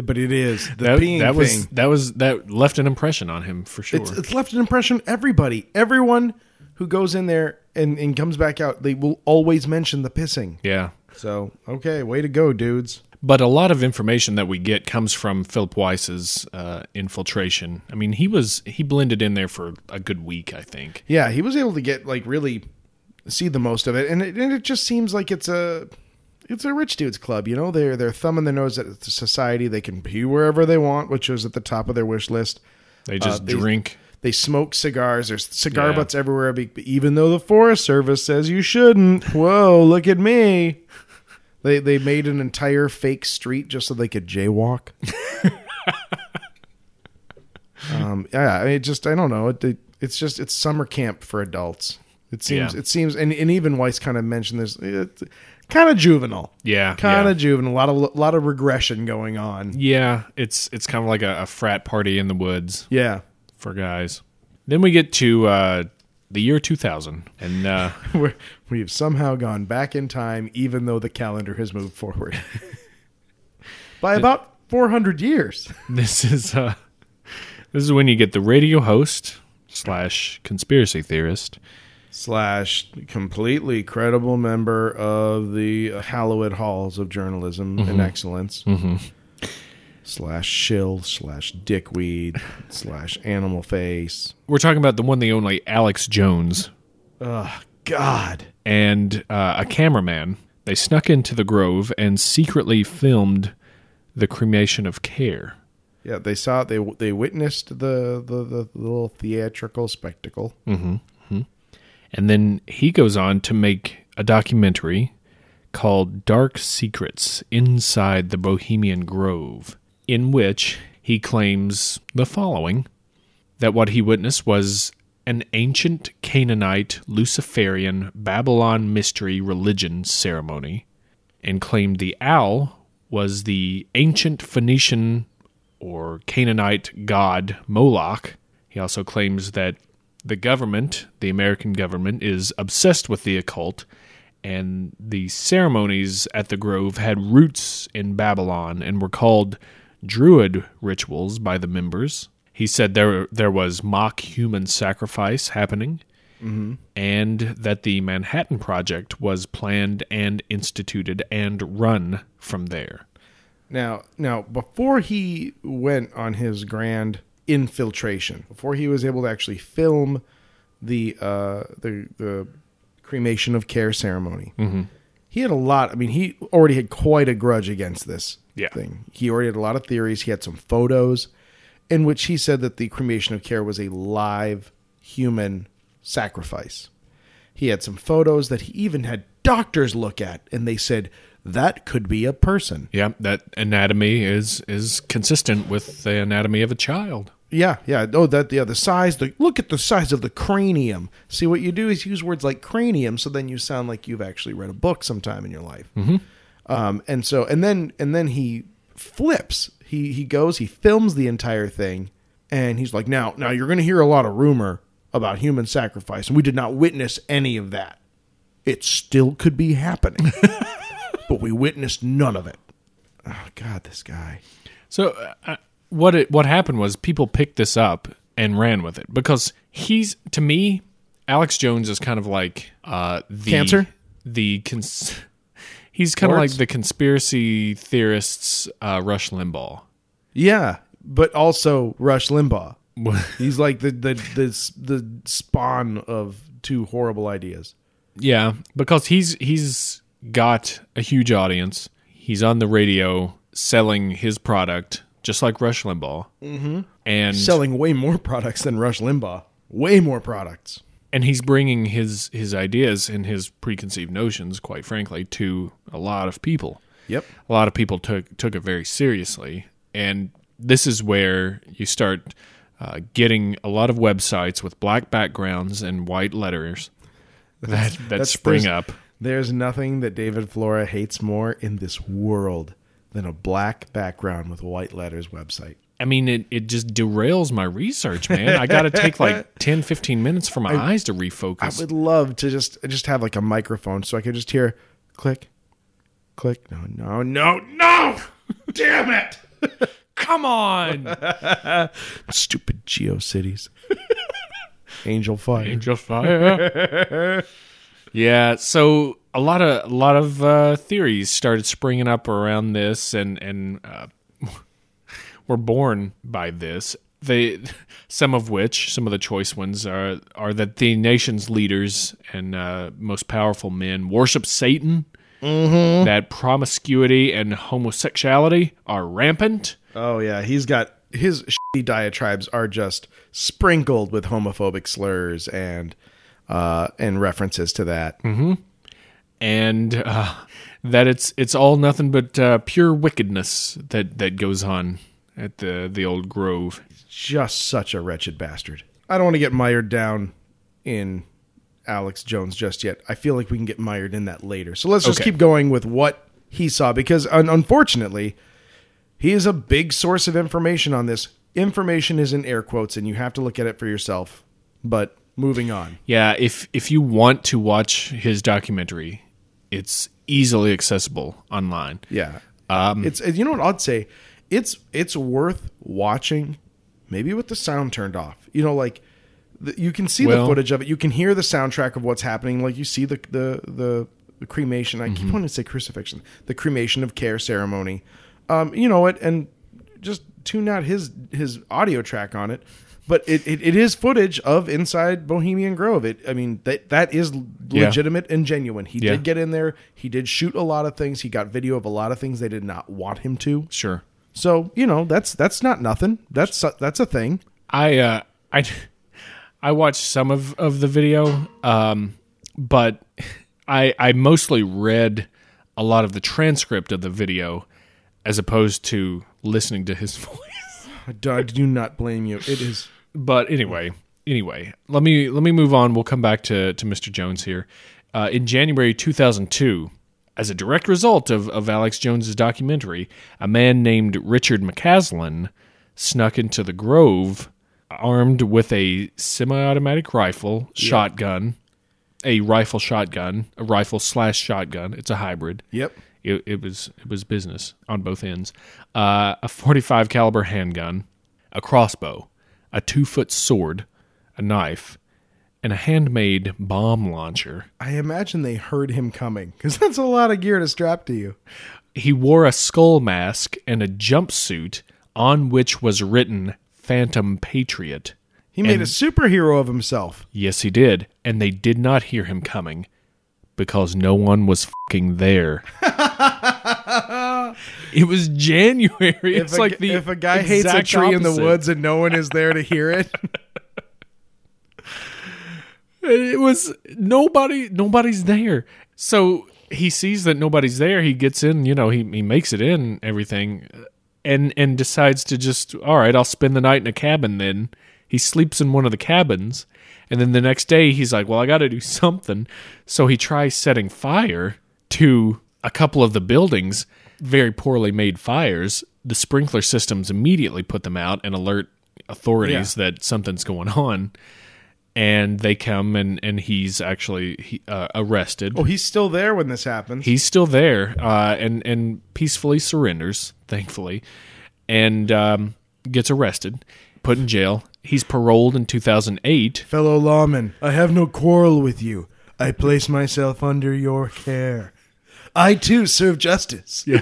Speaker 2: but it is the
Speaker 4: That,
Speaker 2: peeing
Speaker 4: that was
Speaker 2: thing.
Speaker 4: that was that left an impression on him for sure.
Speaker 2: It's, uh, it's left an impression. Everybody, everyone who goes in there and, and comes back out, they will always mention the pissing.
Speaker 4: yeah.
Speaker 2: So okay, way to go, dudes.
Speaker 4: But a lot of information that we get comes from Philip Weiss's uh, infiltration. I mean, he was he blended in there for a good week, I think.
Speaker 2: Yeah, he was able to get like really see the most of it, and it, and it just seems like it's a it's a rich dudes club. You know, they're they're thumbing their nose at society. They can pee wherever they want, which was at the top of their wish list.
Speaker 4: They just
Speaker 2: Uh, they-
Speaker 4: drink.
Speaker 2: They smoke cigars. There's cigar
Speaker 4: Yeah.
Speaker 2: butts everywhere. be- Even though the Forest Service says you shouldn't. Whoa, look at me. They they made an entire fake street just so they could jaywalk.
Speaker 4: <laughs>
Speaker 2: um, yeah, I mean, it just I don't know. It, it- it's just it's summer camp for adults. It seems
Speaker 4: Yeah.
Speaker 2: it seems and, and even Weiss kind of mentioned this. It's kind of juvenile.
Speaker 4: Yeah,
Speaker 2: Kind
Speaker 4: yeah.
Speaker 2: of juvenile. A lot of a lot of regression going on.
Speaker 4: Yeah, it's it's kind of like a, a frat party in the woods
Speaker 2: Yeah.
Speaker 4: for guys. Then we get to uh, the year 2000, and uh, <laughs>
Speaker 2: <laughs> We're, we've somehow gone back in time, even though the calendar has moved forward <laughs> by about 400 years.
Speaker 4: this is uh, this is when you get the radio host slash conspiracy theorist.
Speaker 2: Slash, completely credible member of the hallowed halls of journalism and excellence. Slash shill, slash <laughs> dickweed, slash animal face.
Speaker 4: We're talking about the one, the only Alex Jones,
Speaker 2: Ugh, Oh, God.
Speaker 4: and uh, a cameraman. They snuck into the grove and secretly filmed the cremation of Care.
Speaker 2: Yeah, they saw it. They they witnessed the the, the little theatrical spectacle.
Speaker 4: And then he goes on to make a documentary called Dark Secrets Inside the Bohemian Grove, in which he claims the following that what he witnessed was an ancient Canaanite Luciferian Babylon mystery religion ceremony, and claimed the owl was the ancient Phoenician or Canaanite god Moloch. He also claims that the government, the American government, is obsessed with the occult, and the ceremonies at the grove had roots in Babylon and were called druid rituals by the members. He said there there was mock human sacrifice happening, and that the Manhattan Project was planned and instituted and run from there.
Speaker 2: Now, now before he went on his grand infiltration, before he was able to actually film the uh, the the cremation of care ceremony, he had a lot. I mean, he already had quite a grudge against this
Speaker 4: Yeah.
Speaker 2: thing. He already had a lot of theories. He had some photos in which he said that the cremation of care was a live human sacrifice. He had some photos that he even had doctors look at, and they said that could be a person.
Speaker 4: Yeah, that anatomy is is consistent with the anatomy of a child.
Speaker 2: Yeah, yeah. Oh, that yeah. The size. The look at the size of the cranium. See, what you do is use words like cranium, so then you sound like you've actually read a book sometime in your life. Um, and so, and then, and then he flips. He he goes. He films the entire thing, and he's like, "Now, now you're going to hear a lot of rumor about human sacrifice, and we did not witness any of that. It still could be happening, but we witnessed none of it." Oh God, this guy.
Speaker 4: So uh, I- what it, what happened was people picked this up and ran with it because he's to me Alex Jones is kind of like uh, the
Speaker 2: Cancer?
Speaker 4: The cons- <laughs> he's kind
Speaker 2: Words?
Speaker 4: of like the conspiracy theorists uh, Rush Limbaugh.
Speaker 2: Yeah, but also Rush Limbaugh. He's like the the the s- the spawn of two horrible ideas.
Speaker 4: Yeah, because he's he's got a huge audience. He's on the radio selling his product, just like Rush Limbaugh. Mm-hmm. And
Speaker 2: Selling way more products than Rush Limbaugh. Way more products.
Speaker 4: and he's bringing his his ideas and his preconceived notions, quite frankly, to a lot of people.
Speaker 2: Yep.
Speaker 4: a lot of people took took it very seriously, and this is where you start uh, getting a lot of websites with black backgrounds and white letters that that
Speaker 2: that's-
Speaker 4: spring
Speaker 2: there's-
Speaker 4: up.
Speaker 2: There's nothing that David Flora hates more in this world than a black background with white letters website.
Speaker 4: I mean, it, it just derails my research, man. I got to take
Speaker 2: <laughs>
Speaker 4: like 10, 15 minutes for my eyes to
Speaker 2: I
Speaker 4: refocus.
Speaker 2: would love to just just have like a microphone so I could just hear click, click. No, no, no, no! Damn it!
Speaker 4: Come on.
Speaker 2: Stupid GeoCities. <laughs> Angel Fire.
Speaker 4: Angel fire. <laughs> yeah, so a lot of a lot of uh, theories started springing up around this, and and uh, <laughs> were born by this. They <laughs> some of which some of the choice ones are are that the nation's leaders and uh, most powerful men worship Satan. That promiscuity and homosexuality are rampant.
Speaker 2: Oh yeah, he's got his shitty diatribes are just sprinkled with homophobic slurs and uh and references to that.
Speaker 4: and uh, that it's it's all nothing but uh, pure wickedness that that goes on at the the old grove.
Speaker 2: Just such a wretched bastard. I don't want to get mired down in Alex Jones just yet. I feel like we can get mired in that later. So let's just
Speaker 4: Okay.
Speaker 2: keep going with what he saw because un- unfortunately, he is a big source of information on this. Information is in air quotes and you have to look at it for yourself. But moving on.
Speaker 4: Yeah, if if you want to watch his documentary, it's easily accessible online.
Speaker 2: Yeah.
Speaker 4: Um,
Speaker 2: it's you know what I'd say, it's it's worth watching, maybe with the sound turned off. You know, like the, you can see the
Speaker 4: Well-
Speaker 2: footage of it, you can hear the soundtrack of what's happening. Like you see the the the, the cremation. I
Speaker 4: Mm-hmm.
Speaker 2: keep wanting to say crucifixion, the cremation of care ceremony. Um, you know what? And just tune out his his audio track on it. But it, it, it is footage of inside Bohemian Grove. It I mean that that is
Speaker 4: Yeah.
Speaker 2: legitimate legitimate and genuine. He
Speaker 4: Yeah.
Speaker 2: did get in there. He did shoot a lot of things. He got video of a lot of things they did not want him to.
Speaker 4: Sure.
Speaker 2: So you know that's that's not nothing. That's that's a thing.
Speaker 4: I uh, I I watched some of of the video, um, but I I mostly read a lot of the transcript of the video as opposed to listening to his <laughs> voice.
Speaker 2: I do, I do not blame you. It is
Speaker 4: but anyway, anyway, let me let me move on. We'll come back to to Mr. Jones here. Uh, in January 2002, as a direct result of of Alex Jones's documentary, a man named Richard McCaslin snuck into the grove, armed with a semi-automatic rifle, shotgun, a rifle shotgun, a rifle slash shotgun. It's a hybrid.
Speaker 2: <sighs> yep.
Speaker 4: It, it was it was business on both ends. Uh, a 45 caliber handgun, a crossbow, a two foot sword, a knife, and a handmade bomb launcher.
Speaker 2: I imagine they heard him coming because that's a lot of gear to strap to you.
Speaker 4: He wore a skull mask and a jumpsuit on which was written "Phantom Patriot."
Speaker 2: He made a superhero of himself.
Speaker 4: Yes, he did, and they did not hear him coming because no one was fucking
Speaker 2: <laughs>
Speaker 4: there. it was January. it's
Speaker 2: if a,
Speaker 4: like the
Speaker 2: if a guy hates a
Speaker 4: exact
Speaker 2: tree in the
Speaker 4: opposite.
Speaker 2: woods and no one is there to hear it,
Speaker 4: it was nobody nobody's there so he sees that nobody's there he gets in you know he, he makes it in and everything and and decides to just all right i'll spend the night in a cabin then he sleeps in one of the cabins and then the next day he's like well i gotta do <laughs> something so he tries setting fire to a couple of the buildings very poorly made fires the sprinkler systems immediately put them out and alert authorities that something's going on and they come and and he's actually he, uh, arrested.
Speaker 2: <laughs> oh, he's still there when this happens.
Speaker 4: He's still there uh, and and peacefully surrenders, thankfully, and um, gets arrested, put in jail, He's paroled in 2008.
Speaker 2: Fellow lawman, I have no quarrel with you. I place myself under your care. I too serve justice. <laughs> you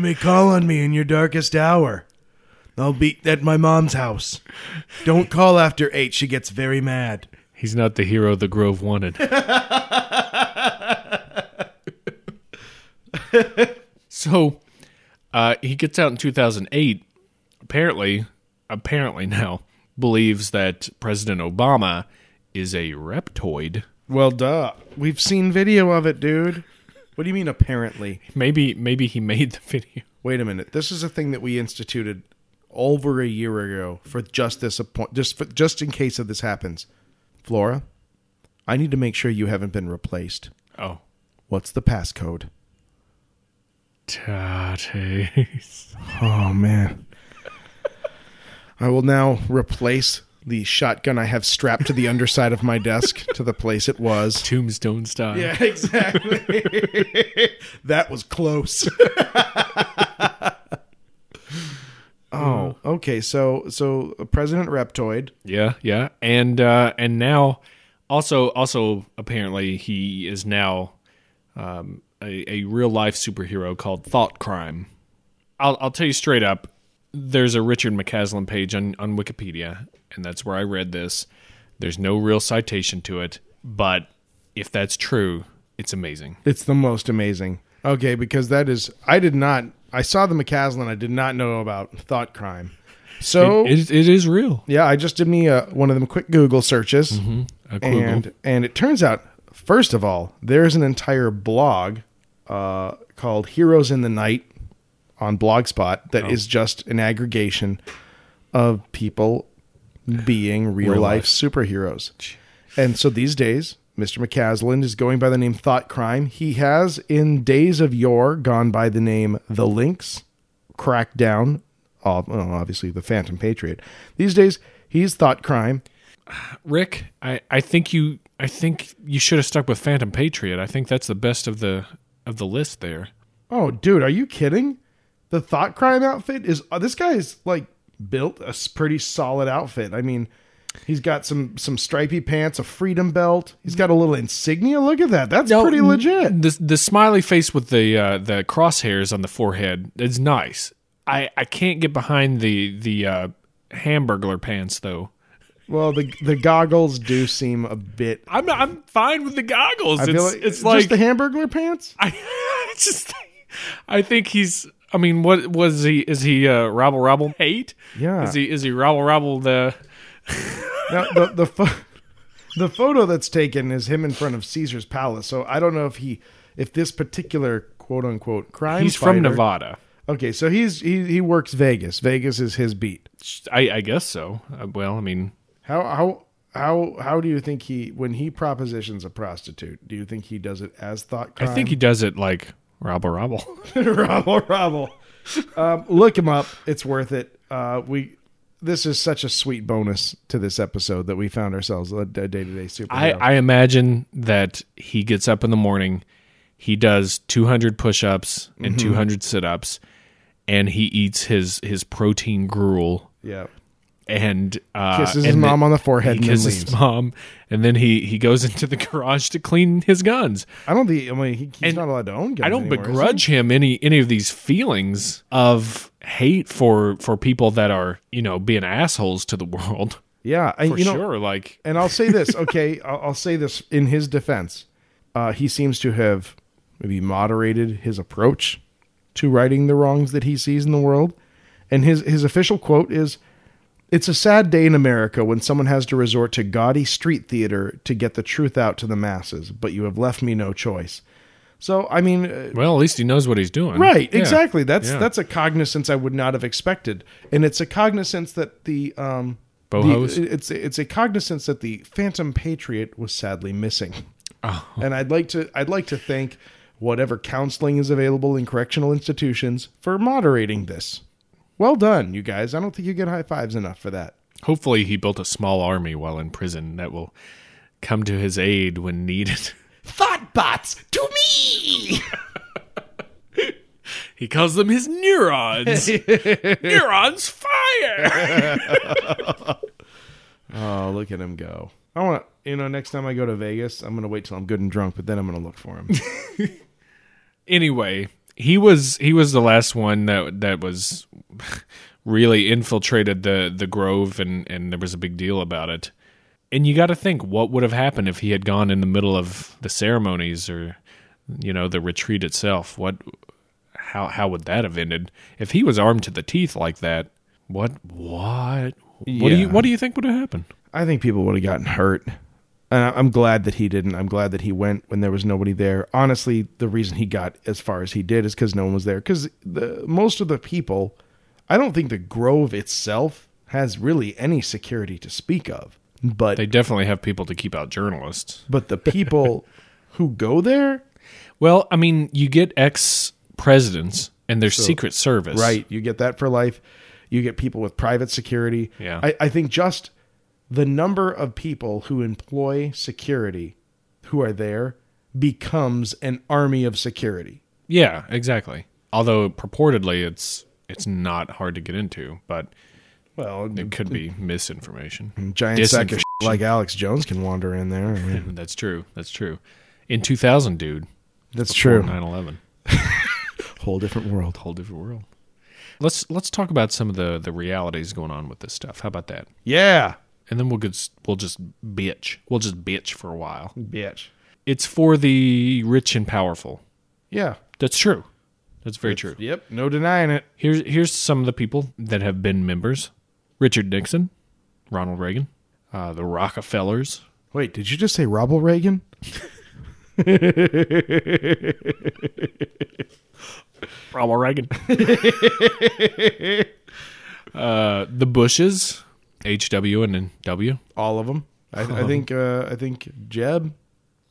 Speaker 2: may call on me in your darkest hour. I'll be at my mom's house. Don't call after eight. She gets very mad.
Speaker 4: He's not the hero the Grove wanted. so uh, he gets out in 2008. Apparently, apparently now believes that President Obama is a reptoid.
Speaker 2: Well, duh. We've seen video of it, dude. What do you mean, apparently?
Speaker 4: Maybe maybe he made the <laughs> video.
Speaker 2: Wait a minute. This is a thing that we instituted over a year ago for just this appoint just for, just in case of this happens. Flora, I need to make sure you haven't been replaced.
Speaker 4: Oh,
Speaker 2: What's the passcode?
Speaker 4: Tatis.
Speaker 2: Oh man. I will now replace the shotgun I have strapped to the underside of my desk to the place it was.
Speaker 4: Tombstone style.
Speaker 2: <laughs> exactly. <laughs> that was close. <laughs> oh, okay. So, so uh, President Reptoid.
Speaker 4: Yeah, yeah, and uh, and now also also apparently he is now um, a, a real life superhero called Thought Crime. I'll I'll tell you straight up. There's a Richard McCaslin page on on Wikipedia, and that's where I read this. There's no real citation to it, but if that's true, it's amazing.
Speaker 2: It's the most amazing. Okay, because that is I did not I saw the McCaslin. I did not know about thought crime. So
Speaker 4: It, it is real.
Speaker 2: yeah, I just did me uh one of them quick Google searches,
Speaker 4: Mm-hmm. A Google.
Speaker 2: and and it turns out first of all there is an entire blog uh, called Heroes in the Night on Blogspot
Speaker 4: Oh.
Speaker 2: that is just an aggregation of people being real, life,
Speaker 4: life.
Speaker 2: superheroes. And so these days, Mr. McCaslin is going by the name Thought Crime. He has, in days of yore, gone by the name The Lynx, Crackdown, ob- well, obviously The Phantom Patriot. These days, he's Thought Crime.
Speaker 4: Rick, I, I think you I think you should have stuck with Phantom Patriot. I think that's the best of the of the list there.
Speaker 2: Oh, dude, are you kidding? The Thought Crime outfit is uh, this guy's like built a s- pretty solid outfit. I mean, he's got some some stripy pants, a freedom belt. He's got a little insignia. Look at that. That's pretty legit.
Speaker 4: Oh, The the smiley face with the uh, the crosshairs on the forehead is nice. I, I can't get behind the the uh, hamburger pants though.
Speaker 2: Well, the the goggles do seem a bit.
Speaker 4: I'm not, I'm fine with the goggles.
Speaker 2: I
Speaker 4: it's
Speaker 2: feel like
Speaker 4: it's like
Speaker 2: just the Hamburglar pants.
Speaker 4: <laughs> I it's just I think he's. I mean, what was he? Is he uh, rabble rabble hate?
Speaker 2: Yeah.
Speaker 4: Is he is he rabble rabble the?
Speaker 2: Now, the the pho- <laughs> the photo that's taken is him in front of Caesar's palace. So I don't know if he if this particular quote unquote crime.
Speaker 4: He's from
Speaker 2: fighter-
Speaker 4: Nevada.
Speaker 2: Okay, so he's he he works Vegas. Vegas is his beat.
Speaker 4: I, I guess so. Uh, well, I mean,
Speaker 2: How how how how do you think he when he propositions a prostitute? Do you think he does it as thought crime?
Speaker 4: I think he does it like rabble <laughs> rabble.
Speaker 2: robble robble. Um, look him up. It's worth it. Uh, we this is such a sweet bonus to this episode that we found ourselves a day to day superhero.
Speaker 4: I, I imagine that he gets up in the morning, he does 200 push ups
Speaker 2: Mm-hmm.
Speaker 4: and 200 sit ups, and he eats his, his protein gruel
Speaker 2: yeah.
Speaker 4: and uh,
Speaker 2: Kisses his
Speaker 4: and
Speaker 2: mom
Speaker 4: then-
Speaker 2: on the forehead
Speaker 4: he
Speaker 2: and then
Speaker 4: kisses
Speaker 2: leaves.
Speaker 4: his mom, and then he, he goes into the garage to clean his guns.
Speaker 2: I don't think. I mean, he, he's
Speaker 4: And
Speaker 2: not allowed to own guns.
Speaker 4: I don't
Speaker 2: anymore, is he?
Speaker 4: begrudge him any any of these feelings of hate for for people that are you know being assholes to the world.
Speaker 2: Yeah, and
Speaker 4: For
Speaker 2: you know,
Speaker 4: sure, like
Speaker 2: and I'll say this. Okay, I'll, I'll say this in his defense. Uh, he seems to have maybe moderated his approach to righting the wrongs that he sees in the world. And his his official quote is, "It's a sad day in America when someone has to resort to gaudy street theater to get the truth out to the masses. But you have left me no choice." So I mean, uh,
Speaker 4: Well, at least he knows what he's doing.
Speaker 2: Right,
Speaker 4: Yeah.
Speaker 2: exactly. That's
Speaker 4: Yeah.
Speaker 2: that's a cognizance I would not have expected, and it's a cognizance that the um, the-
Speaker 4: Bohos?
Speaker 2: it's it's a cognizance that the Phantom Patriot was sadly missing. And I'd like to I'd like to thank whatever counseling is available in correctional institutions for moderating this. Well done, you guys. I don't think you get high fives enough for that.
Speaker 4: Hopefully, he built a small army while in prison that will come to his aid when <laughs> needed.
Speaker 2: Thought bots to me.
Speaker 4: He calls them his neurons. neurons fire.
Speaker 2: Oh, look at him go. I want to, you know, next time I go to Vegas, I'm going to wait till I'm good and drunk, but then I'm going to look for him.
Speaker 4: anyway, he was he was the last one that that was <laughs> really infiltrated the the grove and and there was a big deal about it. And you got to think what would have happened if he had gone in the middle of the ceremonies or you know the retreat itself. What how how would that have ended if he was armed to the teeth like that? What what what do
Speaker 2: Yeah.
Speaker 4: you what do you think would have happened?
Speaker 2: I think people would have gotten hurt. And I- I'm glad that he didn't. I'm glad that he went when there was nobody there. Honestly, the reason he got as far as he did is because no one was there. Because the most of the people, I don't think the Grove itself has really any security to speak of. But
Speaker 4: They definitely have people to keep out journalists.
Speaker 2: but the people who go there,
Speaker 4: Well, I mean, you get ex presidents and their secret service.
Speaker 2: Right. You get that for life. You get people with private security.
Speaker 4: Yeah.
Speaker 2: I, I think just the number of people who employ security who are there becomes an army of security.
Speaker 4: Yeah, exactly. Although purportedly it's it's not hard to get into, but
Speaker 2: Well,
Speaker 4: it could be misinformation.
Speaker 2: giant sack of
Speaker 4: disinformation.
Speaker 2: shit like Alex Jones can wander in there. I <laughs> mean,
Speaker 4: That's true. That's true. In 2000, dude,
Speaker 2: that's true.
Speaker 4: 9/11,
Speaker 2: <laughs> Whole different world.
Speaker 4: whole different world. Let's let's talk about some of the the realities going on with this stuff. How about that?
Speaker 2: Yeah.
Speaker 4: And then we'll get, we'll just bitch. We'll just bitch for a while.
Speaker 2: Bitch.
Speaker 4: It's for the rich and powerful.
Speaker 2: Yeah.
Speaker 4: That's true. That's very true.
Speaker 2: Yep. No denying it.
Speaker 4: Here's here's some of the people that have been members: Richard Nixon, Ronald Reagan, uh, the Rockefellers.
Speaker 2: Wait, did you just say Robble Reagan?
Speaker 4: Ronald Reagan. <laughs> uh, the Bushes, H.W. and then W.
Speaker 2: All of them. I, I think. Uh, I think Jeb.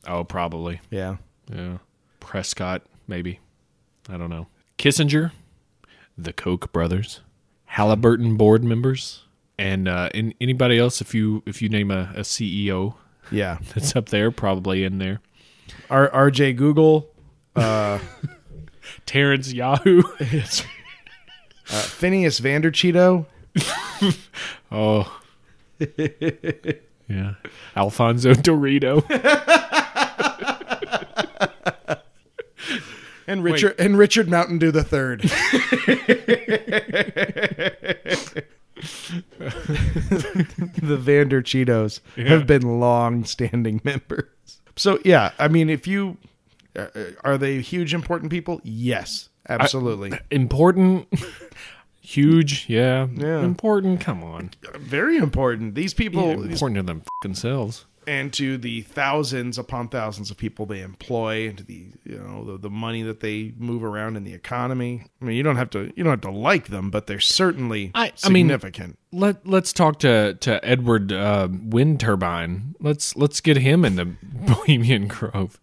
Speaker 4: Oh, probably.
Speaker 2: Yeah.
Speaker 4: Yeah. Prescott, maybe. I don't know. Kissinger, the Koch brothers, Halliburton board members, and uh, and anybody else. If you if you name a, a CEO
Speaker 2: Yeah.
Speaker 4: <laughs> that's up there, probably in there.
Speaker 2: R- RJ Google.
Speaker 4: Terrence <laughs> Yahoo.
Speaker 2: Uh, Phineas Vander Cheeto.
Speaker 4: Oh. yeah. Alfonso <laughs> Dorito.
Speaker 2: And Richard and Richard Mountain Dew the third. the Vander Cheetos have been long-standing members. So yeah, I mean, if you uh, are they huge important people? Yes, absolutely.
Speaker 4: Important. Huge. Yeah.
Speaker 2: Yeah.
Speaker 4: Important. Come on.
Speaker 2: Very important. These people, these
Speaker 4: Important to them fucking selves.
Speaker 2: and to the thousands upon thousands of people they employ and to the you know the, the money that they move around in the economy i mean you don't have to you don't have to like them but they're certainly
Speaker 4: I- I mean-
Speaker 2: significant
Speaker 4: Let Let's talk to to Edward uh, Wind Turbine. Let's Let's get him in the <laughs> Bohemian Grove.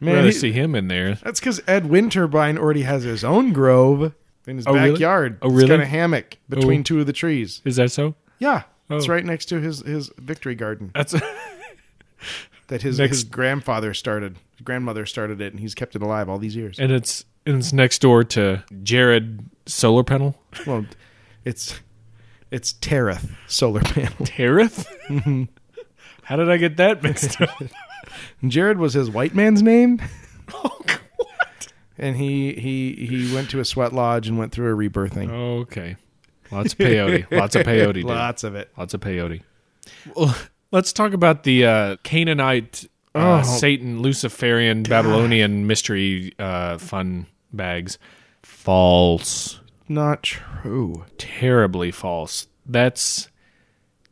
Speaker 4: Man,
Speaker 2: Man,
Speaker 4: rather
Speaker 2: he-
Speaker 4: see him in there.
Speaker 2: that's because ed wind turbine already has his own grove in his
Speaker 4: Oh, really?
Speaker 2: backyard
Speaker 4: Oh,
Speaker 2: it's
Speaker 4: really?
Speaker 2: got a hammock between
Speaker 4: Oh.
Speaker 2: two of the trees
Speaker 4: Is that so?
Speaker 2: yeah it's
Speaker 4: Oh.
Speaker 2: right next to his his victory garden
Speaker 4: That's <laughs>
Speaker 2: that his,
Speaker 4: Next-
Speaker 2: his grandfather started his grandmother started it and he's kept it alive all these years
Speaker 4: and it's and it's next door to Jared Solar Panel.
Speaker 2: well it's it's Tereth solar panel
Speaker 4: <laughs> Tarith. How did I get that <laughs> mixed up?
Speaker 2: Jared was his white man's name,
Speaker 4: <laughs> oh,
Speaker 2: and he he he went to a sweat lodge and went through a
Speaker 4: Oh,
Speaker 2: rebirthing.
Speaker 4: Okay. Lots of <laughs> peyote. Lots of peyote. Dude. Lots.
Speaker 2: Lots of it.
Speaker 4: of peyote. Well, let's talk about the uh, Canaanite, uh,
Speaker 2: Oh.
Speaker 4: Satan, Luciferian, Babylonian mystery uh, fun bags. False.
Speaker 2: Not true.
Speaker 4: Terribly false. That's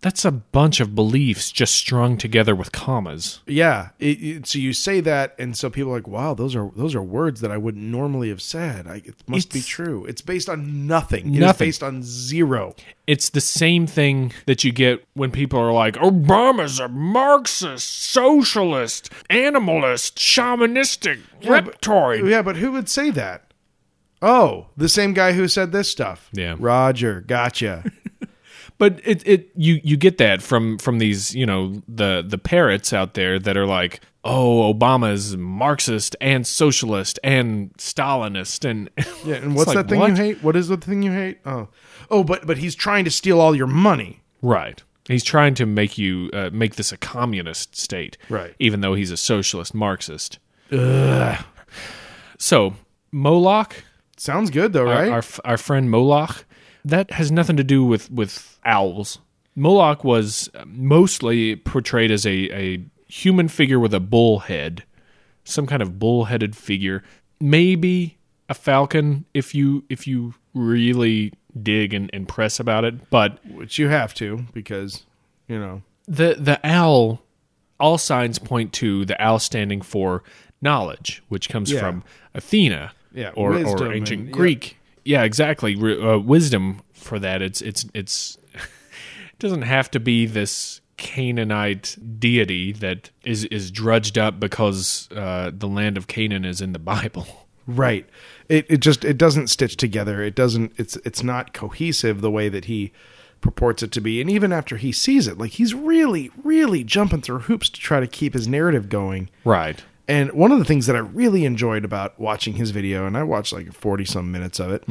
Speaker 4: that's a bunch of beliefs just strung together with commas.
Speaker 2: Yeah. It, it- so you say that, and so people are like, "Wow, those are those are words that I wouldn't normally have said. I, it must be
Speaker 4: It's-
Speaker 2: true." It's based on nothing. It is
Speaker 4: Nothing.
Speaker 2: based on zero.
Speaker 4: It's the same thing that you get when people are like, Obama's a Marxist, socialist, animalist, shamanistic, reptoid.
Speaker 2: Yeah, but who would say that? Oh, the same guy who said this stuff.
Speaker 4: Yeah. <laughs>
Speaker 2: Roger, gotcha.
Speaker 4: But it it you you get that from from these you know the the parrots out there that are like oh Obama's Marxist and socialist and Stalinist and <laughs>
Speaker 2: Yeah, and what's
Speaker 4: like,
Speaker 2: that thing
Speaker 4: what?
Speaker 2: you hate? What is the thing you hate? Oh, oh, but but he's trying to steal all your money.
Speaker 4: Right. He's trying to make you uh, make this a communist state.
Speaker 2: Right.
Speaker 4: Even though he's a socialist Marxist. Ugh. So Moloch,
Speaker 2: Sounds good though,
Speaker 4: our,
Speaker 2: right?
Speaker 4: our f- our friend Moloch, that has nothing to do with with owls. Moloch was um, mostly portrayed as a a human figure with a bull head, some kind of bull-headed figure, maybe a falcon if you if you really dig and, and press about it, but
Speaker 2: Which you have to because you know
Speaker 4: the the owl all signs point to the owl standing for knowledge which comes
Speaker 2: Yeah.
Speaker 4: from athena
Speaker 2: Yeah,
Speaker 4: or,
Speaker 2: wisdom
Speaker 4: or ancient
Speaker 2: and- yeah.
Speaker 4: greek yeah, exactly Re- uh, wisdom for that it's it's it's <laughs> it doesn't have to be this canaanite deity that is is drudged up because uh, the land of canaan is in the <laughs> bible
Speaker 2: Right. It it just it doesn't stitch together. It doesn't it's it's not cohesive the way that he purports it to be. And even after he sees it, like he's really really jumping through hoops to try to keep his narrative going.
Speaker 4: right
Speaker 2: And one of the things that I really enjoyed about watching his video, and I watched like forty some minutes of it,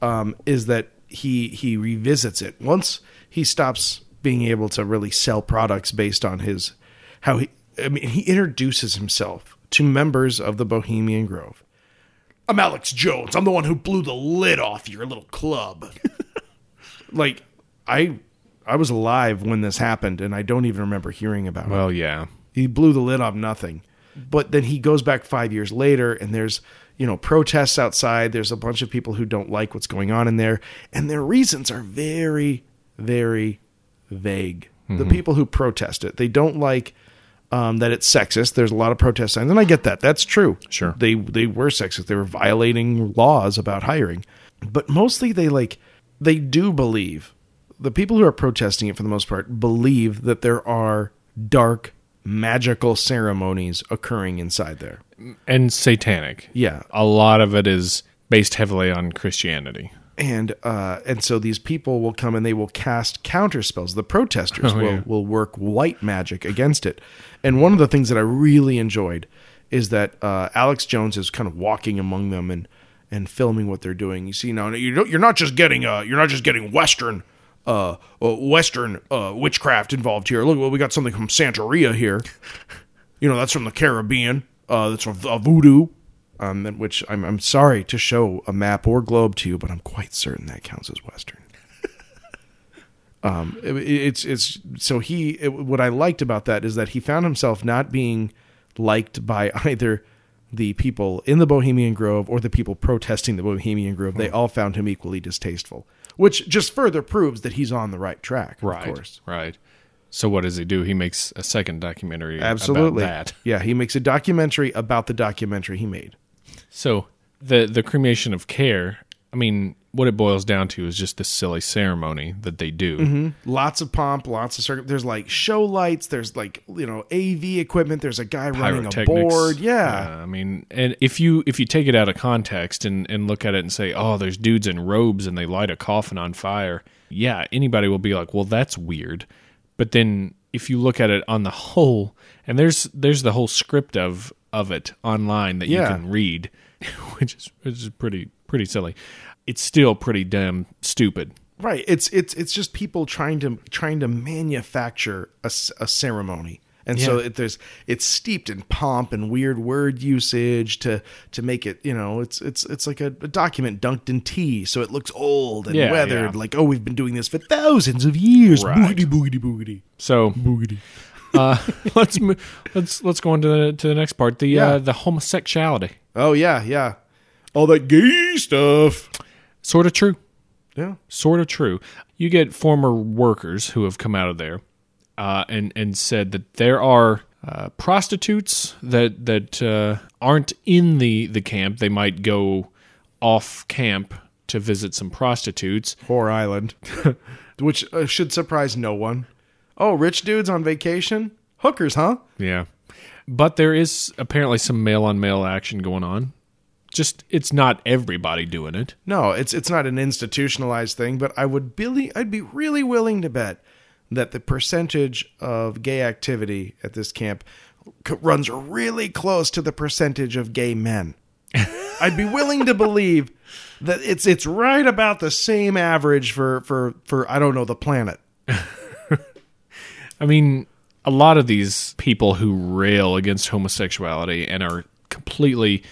Speaker 2: um, is that he he revisits it once he stops being able to really sell products based on his how he. I mean, he introduces himself to members of the Bohemian Grove. <laughs> I'm Alex Jones. I'm the one who blew the lid off your little club. like, I I was alive when this happened, and I don't even remember hearing about it.
Speaker 4: well yeah
Speaker 2: He blew the lid off nothing. But then he goes back five years later, and there's you know protests outside. There's a bunch of people who don't like what's going on in there, and their reasons are very, very vague. The people who protest it, they don't like um, that it's sexist. There's a lot of protest signs, and I get that. That's true.
Speaker 4: Sure.
Speaker 2: they they were sexist. They were violating laws about hiring, but mostly they like they do believe the people who are protesting it for the most part believe that there are dark magical ceremonies occurring inside there.
Speaker 4: and satanic
Speaker 2: Yeah.
Speaker 4: a lot of it is based heavily on christianity
Speaker 2: And uh and so these people will come and they will cast counter spells. The protesters will
Speaker 4: yeah.
Speaker 2: will work white magic against it. And one of the things that I really enjoyed is that uh Alex Jones is kind of walking among them and and filming what they're doing. You see now you don't, you're not just getting uh you're not just getting western uh uh, western uh witchcraft involved here. Look, well we got something from Santeria here. you know that's from the Caribbean. Uh, that's from uh, voodoo. Um, and which I'm I'm sorry to show a map or globe to you, but I'm quite certain that counts as Western. <laughs> um, it- it's it's so he it, what I liked about that is that he found himself not being liked by <laughs> either the people in the Bohemian Grove or the people protesting the Bohemian Grove. They all found him equally distasteful, which just further proves that he's on the right track.
Speaker 4: right
Speaker 2: of course.
Speaker 4: right so what does he do he makes a second documentary about
Speaker 2: Absolutely.
Speaker 4: that <laughs>
Speaker 2: Yeah, he makes a documentary about the documentary he made.
Speaker 4: So the the cremation of care, I mean, what it boils down to is just this silly ceremony that they do.
Speaker 2: lots of pomp, lots of circum. There's like show lights. There's like you know AV equipment. There's a guy running a
Speaker 4: Pyrotechnics.
Speaker 2: board. Yeah,
Speaker 4: Uh, I mean, and if you if you take it out of context and and look at it and say, "Oh, there's dudes in robes and they light a coffin on fire." Yeah, anybody will be like, "Well, that's weird." But then if you look at it on the whole, and there's there's the whole script of of it online that
Speaker 2: Yeah.
Speaker 4: you can read, <laughs> which is which is pretty pretty silly. It's still pretty damn stupid.
Speaker 2: right. It's it's it's just people trying to trying to manufacture a, s- a ceremony. And so
Speaker 4: Yeah.
Speaker 2: it, there's it's steeped in pomp and weird word usage to to make it you know it's it's it's like a, a document dunked in tea so it looks old and
Speaker 4: Yeah,
Speaker 2: weathered
Speaker 4: yeah.
Speaker 2: like oh we've been doing this for thousands of years
Speaker 4: Right.
Speaker 2: boogity boogity boogity
Speaker 4: So uh, <laughs> let's mo- let's let's go on to the, to the next part. The
Speaker 2: Yeah.
Speaker 4: uh, the homosexuality,
Speaker 2: oh yeah yeah all that gay stuff
Speaker 4: sort of true,
Speaker 2: yeah
Speaker 4: sort of true. You get former workers who have come out of there, uh, and and said that there are uh, prostitutes that that uh, aren't in the the camp. They might go off camp to visit some prostitutes.
Speaker 2: Whore Island, <laughs> which uh, should surprise no one. Oh, rich dudes on vacation? Hookers, huh?
Speaker 4: Yeah, but there is apparently some male on male action going on. Just it's not everybody doing it.
Speaker 2: No, it's it's not an institutionalized thing, but I would really I'd be really willing to bet that the percentage of gay activity at this camp c- runs really close to the percentage of gay <laughs> men. I'd be willing to believe that it's it's right about the same average for for for I don't know the planet.
Speaker 4: I mean, a lot of these people who rail against homosexuality and are completely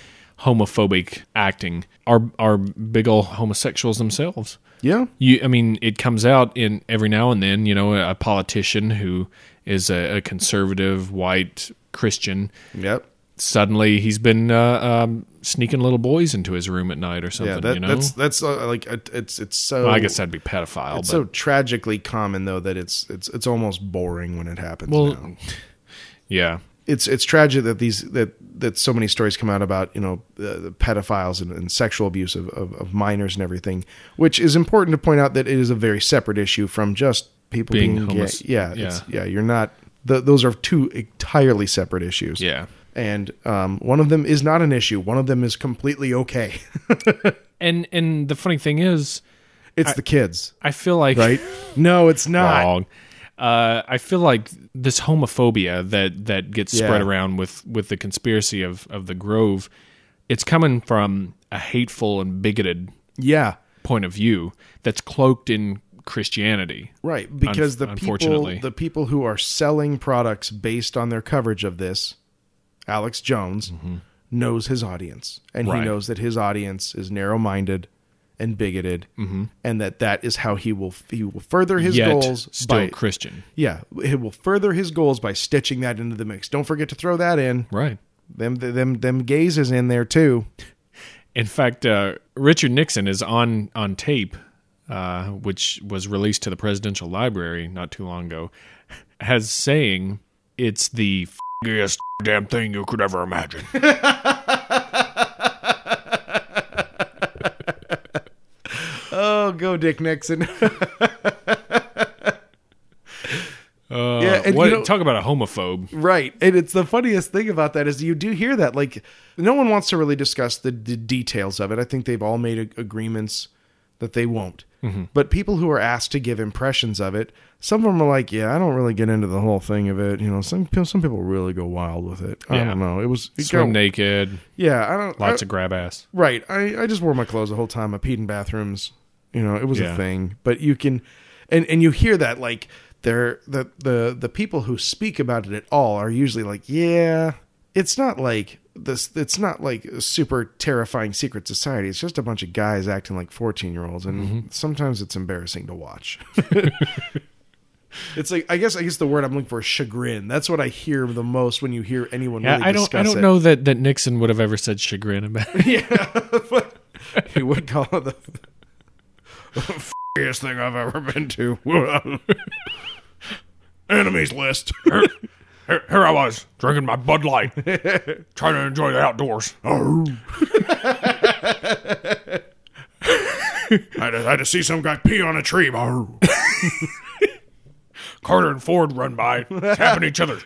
Speaker 4: homophobic acting are are big old homosexuals themselves.
Speaker 2: Yeah.
Speaker 4: You, I mean, it comes out in every now and then. You know, a politician who is a, a conservative white Christian
Speaker 2: Yep.
Speaker 4: suddenly he's been uh, um, sneaking little boys into his room at night or something.
Speaker 2: Yeah, that,
Speaker 4: you know,
Speaker 2: that's that's uh, like it- it's it's so
Speaker 4: well, I guess that'd be pedophile. But,
Speaker 2: it's so tragically common though that it's it's it's almost boring when it happens.
Speaker 4: well,
Speaker 2: now.
Speaker 4: <laughs> yeah,
Speaker 2: it's it's tragic that these that that so many stories come out about you know uh, the pedophiles and, and sexual abuse of, of, of minors and everything, which is important to point out that it is a very separate issue from just people
Speaker 4: Being
Speaker 2: being, gay.
Speaker 4: homos-
Speaker 2: Yeah, It's, yeah, you're not. Th- those are two entirely separate issues.
Speaker 4: yeah.
Speaker 2: and um, one of them is not an issue. One of them is completely okay. <laughs>
Speaker 4: And and the funny thing is,
Speaker 2: It's the kids,
Speaker 4: I feel like <laughs>
Speaker 2: right? no, it's not.
Speaker 4: wrong. Uh, I feel like this homophobia that that gets
Speaker 2: Yeah.
Speaker 4: spread around with with the conspiracy of of the Grove, it's coming from a hateful and bigoted
Speaker 2: Yeah,
Speaker 4: point of view that's cloaked in Christianity.
Speaker 2: Right, because the
Speaker 4: unfortunately.
Speaker 2: people the people who are selling products based on their coverage of this, Alex Jones knows his audience, and
Speaker 4: Mm-hmm. Right.
Speaker 2: he knows that his audience is narrow minded and bigoted, and that that is how he will he will further his
Speaker 4: Mm-hmm. Yet
Speaker 2: goals
Speaker 4: still
Speaker 2: by
Speaker 4: Christian,
Speaker 2: yeah he will further his goals by stitching that into the mix. Don't forget to throw that in
Speaker 4: right?
Speaker 2: them them them gays is in there too.
Speaker 4: In fact, uh, Richard Nixon is on on tape, uh, which was released to the presidential library not too long ago, <laughs> as saying it's the
Speaker 1: Gayest damn thing you could ever imagine.
Speaker 2: Oh, go Dick Nixon. <laughs> yeah, and
Speaker 4: what,
Speaker 2: you know-
Speaker 4: talk about a homophobe.
Speaker 2: Right. And it's the funniest thing about that is you do hear that. Like, no one wants to really discuss the, the details of it. I think they've all made a- agreements that they won't.
Speaker 4: Mm-hmm.
Speaker 2: But people who are asked to give impressions of it, some of them are like, yeah, I don't really get into the whole thing of it. You know, some, people- some people really go wild with it. I
Speaker 4: Yeah.
Speaker 2: don't know. It was, it
Speaker 4: Swim
Speaker 2: got-
Speaker 4: naked,
Speaker 2: yeah, I don't,
Speaker 4: lots
Speaker 2: I-
Speaker 4: of grab ass.
Speaker 2: Right. I, I just wore my clothes the whole time. I peed in bathrooms. You know, it was
Speaker 4: Yeah.
Speaker 2: a thing. But you can and and you hear that like they're the the the people who speak about it at all are usually like, Yeah, it's not like this it's not like a super terrifying secret society. It's just a bunch of guys acting like fourteen year olds and
Speaker 4: Mm-hmm.
Speaker 2: sometimes it's embarrassing to watch. <laughs> It's like I guess I guess the word I'm looking for is chagrin. That's what I hear the most when you hear anyone.
Speaker 4: Yeah,
Speaker 2: really
Speaker 4: I don't. I
Speaker 2: discuss
Speaker 4: don't
Speaker 2: it.
Speaker 4: know that, that Nixon would have ever said chagrin about. It.
Speaker 2: <laughs> He would call it the
Speaker 1: Gayest thing I've ever been to. <laughs>
Speaker 2: enemies list.
Speaker 1: Here, here I was, drinking my Bud Light, trying to enjoy the
Speaker 2: <laughs>
Speaker 1: outdoors.
Speaker 2: Oh.
Speaker 1: I, had to, I had to see some guy pee on a tree. Arr. Carter and Ford run by, tapping each other.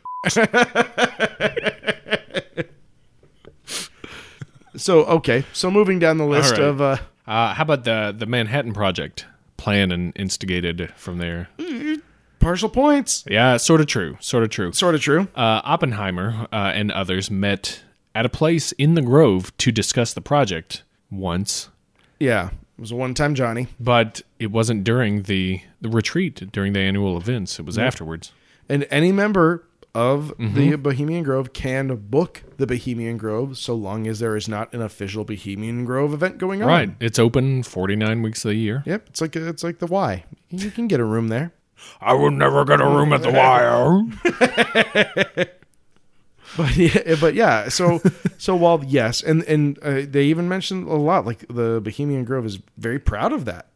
Speaker 2: So okay, so moving down the list
Speaker 4: All right.
Speaker 2: of uh,
Speaker 4: <laughs> Uh, how about the the Manhattan Project planned and instigated from there?
Speaker 2: partial points,
Speaker 4: Yeah, sort of true. Sort of true.
Speaker 2: sort of true.
Speaker 4: uh, Oppenheimer uh, and others met at a place in the Grove to discuss the project once,
Speaker 2: Yeah, it was a one-time Johnny,
Speaker 4: but it wasn't during the, the retreat, during the annual events. It was afterwards.
Speaker 2: and any member of
Speaker 4: Mm-hmm.
Speaker 2: the Bohemian Grove can book the Bohemian Grove so long as there is not an official Bohemian Grove event going on.
Speaker 4: Right. It's open 49 weeks of the year.
Speaker 2: Yep. It's like it's like the Y. You can get a room there.
Speaker 1: I would never get a room at the wire.
Speaker 2: but <laughs> yeah, but yeah.
Speaker 4: <laughs>
Speaker 2: So so while yes, and and uh, they even mentioned a lot. Like the Bohemian Grove is very proud of that.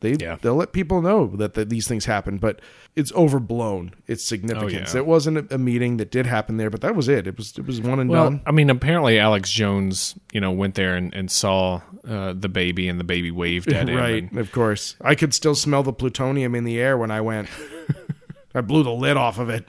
Speaker 2: They
Speaker 4: Yeah.
Speaker 2: they'll let people know that, that these things happen, but it's overblown. Its significance.
Speaker 4: Oh, yeah.
Speaker 2: It wasn't a, a meeting that did happen there, but that was it. It was it was one and
Speaker 4: Well,
Speaker 2: done.
Speaker 4: I mean, apparently Alex Jones, you know, went there and, and saw uh, the baby and the baby waved at him.
Speaker 2: Right,
Speaker 4: and-
Speaker 2: of course. I could still smell the plutonium in the air when I
Speaker 4: <laughs>
Speaker 2: went. I blew the lid off of it.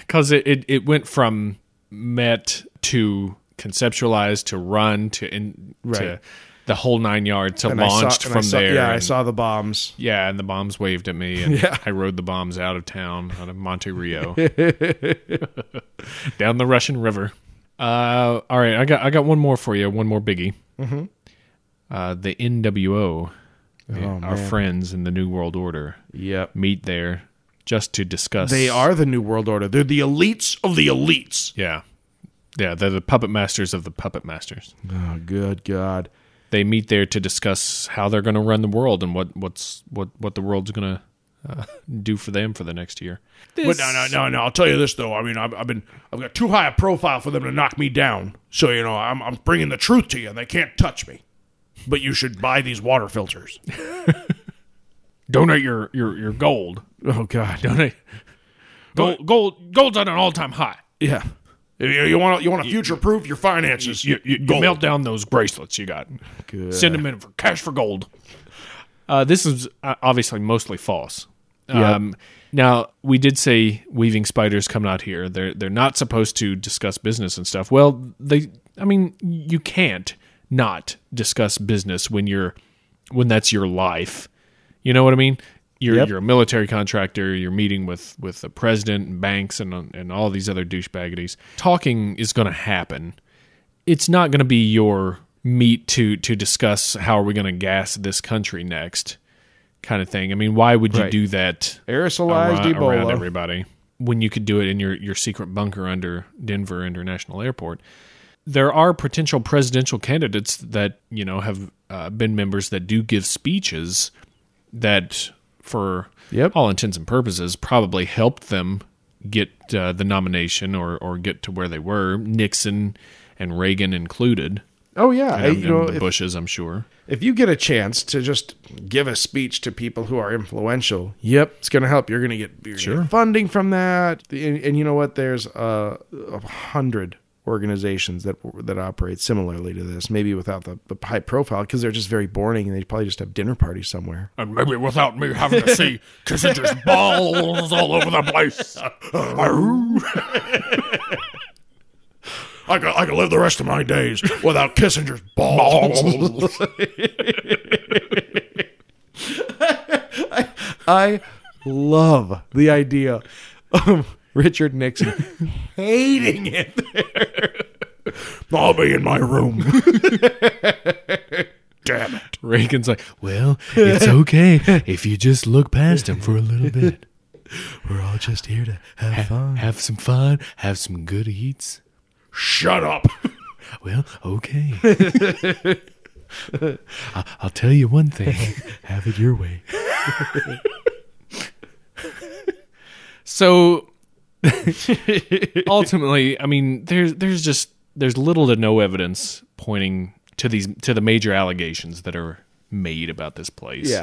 Speaker 4: because it, it, it went from met to conceptualized to run to in to
Speaker 2: Right.
Speaker 4: the whole nine yards to
Speaker 2: And I saw-
Speaker 4: launched
Speaker 2: and I
Speaker 4: from
Speaker 2: saw-
Speaker 4: there.
Speaker 2: Yeah, I
Speaker 4: and-
Speaker 2: saw the bombs.
Speaker 4: Yeah, and the bombs waved at me, and
Speaker 2: <laughs> Yeah.
Speaker 4: I rode the bombs out of town, out of Monte
Speaker 2: <laughs>
Speaker 4: Rio, down the Russian River. Uh, all right, I got I got one more for you, one more biggie. Mm-hmm. Uh, the NWO,
Speaker 2: Oh,
Speaker 4: eh, our friends in the New World Order,
Speaker 2: Yep.
Speaker 4: meet there just to discuss.
Speaker 2: They are the New World Order. They're the elites of the elites.
Speaker 4: yeah, yeah. They're the puppet masters of the puppet masters.
Speaker 2: Oh, good God.
Speaker 4: They meet there to discuss how they're going to run the world and what what's what what the world's going to uh, do for them for the next year.
Speaker 2: But no, no, no, no. I'll tell you this though. I mean, I've, I've been, I've got too high a profile for them to knock me down. So you know, I'm, I'm bringing the truth to you, and they can't touch me. But you should buy these water filters.
Speaker 4: donate your your your gold.
Speaker 2: Oh God.
Speaker 4: Donate gold. Gold. Gold's at an all time high.
Speaker 2: Yeah. You, you want, you want to future proof your finances.
Speaker 4: You, you, you melt down those bracelets you got. Send them in for cash for gold. Uh, this is uh, obviously mostly false. Um, now we did say weaving spiders come out here. They're they're not supposed to discuss business and stuff. Well, they. I mean, you can't not discuss business when you're when that's your life. You know what I mean? You're you're a military contractor. You're meeting with with the president and banks and and all these other douchebaggities. Talking is going to happen. It's not going to be your meat to to discuss how are we going to gas this country next kind of thing. I mean, why would you
Speaker 2: Right.
Speaker 4: do that
Speaker 2: Aerosolized
Speaker 4: around, around
Speaker 2: Ebola.
Speaker 4: everybody when you could do it in your, your secret bunker under Denver International Airport. There are potential presidential candidates that you know have uh, been members that do give speeches that, for
Speaker 2: Yep.
Speaker 4: all intents and purposes, probably helped them get uh, the nomination or or get to where they were. Nixon and Reagan included,
Speaker 2: oh yeah. I-
Speaker 4: and,
Speaker 2: you know,
Speaker 4: and the
Speaker 2: if,
Speaker 4: Bushes, I'm sure. <laughs>
Speaker 2: if you get a chance to just give a speech to people who are influential, yep, it's going to help. You're going to get you're gonna get funding from that, and, and you know what? There's uh, a hundred organizations that that operate similarly to this, maybe without the, the high profile because they're just very boring and they probably just have dinner parties somewhere.
Speaker 1: And maybe without me having to
Speaker 2: <laughs>
Speaker 1: see Kissinger's balls all over the place.
Speaker 2: I could, I could live the rest of my days without Kissinger's balls. I, I love the idea of <laughs> Richard Nixon
Speaker 4: <laughs>
Speaker 2: hating it there. <laughs> I'll be in my room. Damn it.
Speaker 4: Reagan's like,
Speaker 3: Well,
Speaker 4: <laughs>
Speaker 3: it's okay if you just look past him for a little bit. We're all just here to have fun.
Speaker 4: have some fun, have some good eats.
Speaker 2: Shut up.
Speaker 3: Well,
Speaker 4: <laughs>
Speaker 3: okay. <laughs> I- I'll tell you one thing have it your way.
Speaker 4: So <laughs> ultimately, I mean, there's there's just there's little to no evidence pointing to these to the major allegations that are made about this place.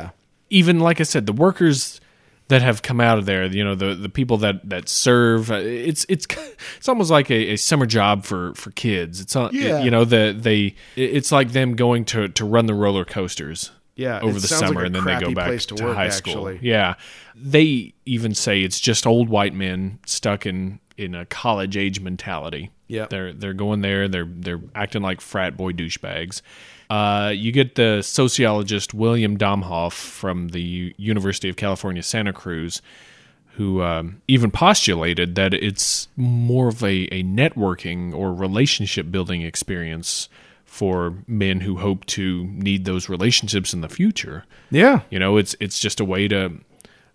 Speaker 4: Even like I said, the workers that have come out of there, you know, the the people that that serve, uh, it's it's <laughs> it's almost like a, a summer job for for kids. It's uh,
Speaker 2: Yeah.
Speaker 4: you know, the they it's like them going to to run the roller coasters
Speaker 2: Yeah,
Speaker 4: over
Speaker 2: it
Speaker 4: the
Speaker 2: sounds
Speaker 4: summer
Speaker 2: like a
Speaker 4: and then they go
Speaker 2: crappy
Speaker 4: back
Speaker 2: place
Speaker 4: to,
Speaker 2: to work,
Speaker 4: high school.
Speaker 2: actually.
Speaker 4: Yeah. They even say it's just old white men stuck in in a college age mentality.
Speaker 2: Yep.
Speaker 4: They're they're going there, they're they're acting like frat boy douchebags. Uh, you get the sociologist William Domhoff from the U- University of California, Santa Cruz, who um, even postulated that it's more of a, a networking or relationship building experience for men who hope to need those relationships in the future.
Speaker 2: Yeah.
Speaker 4: You know, it's it's just a way to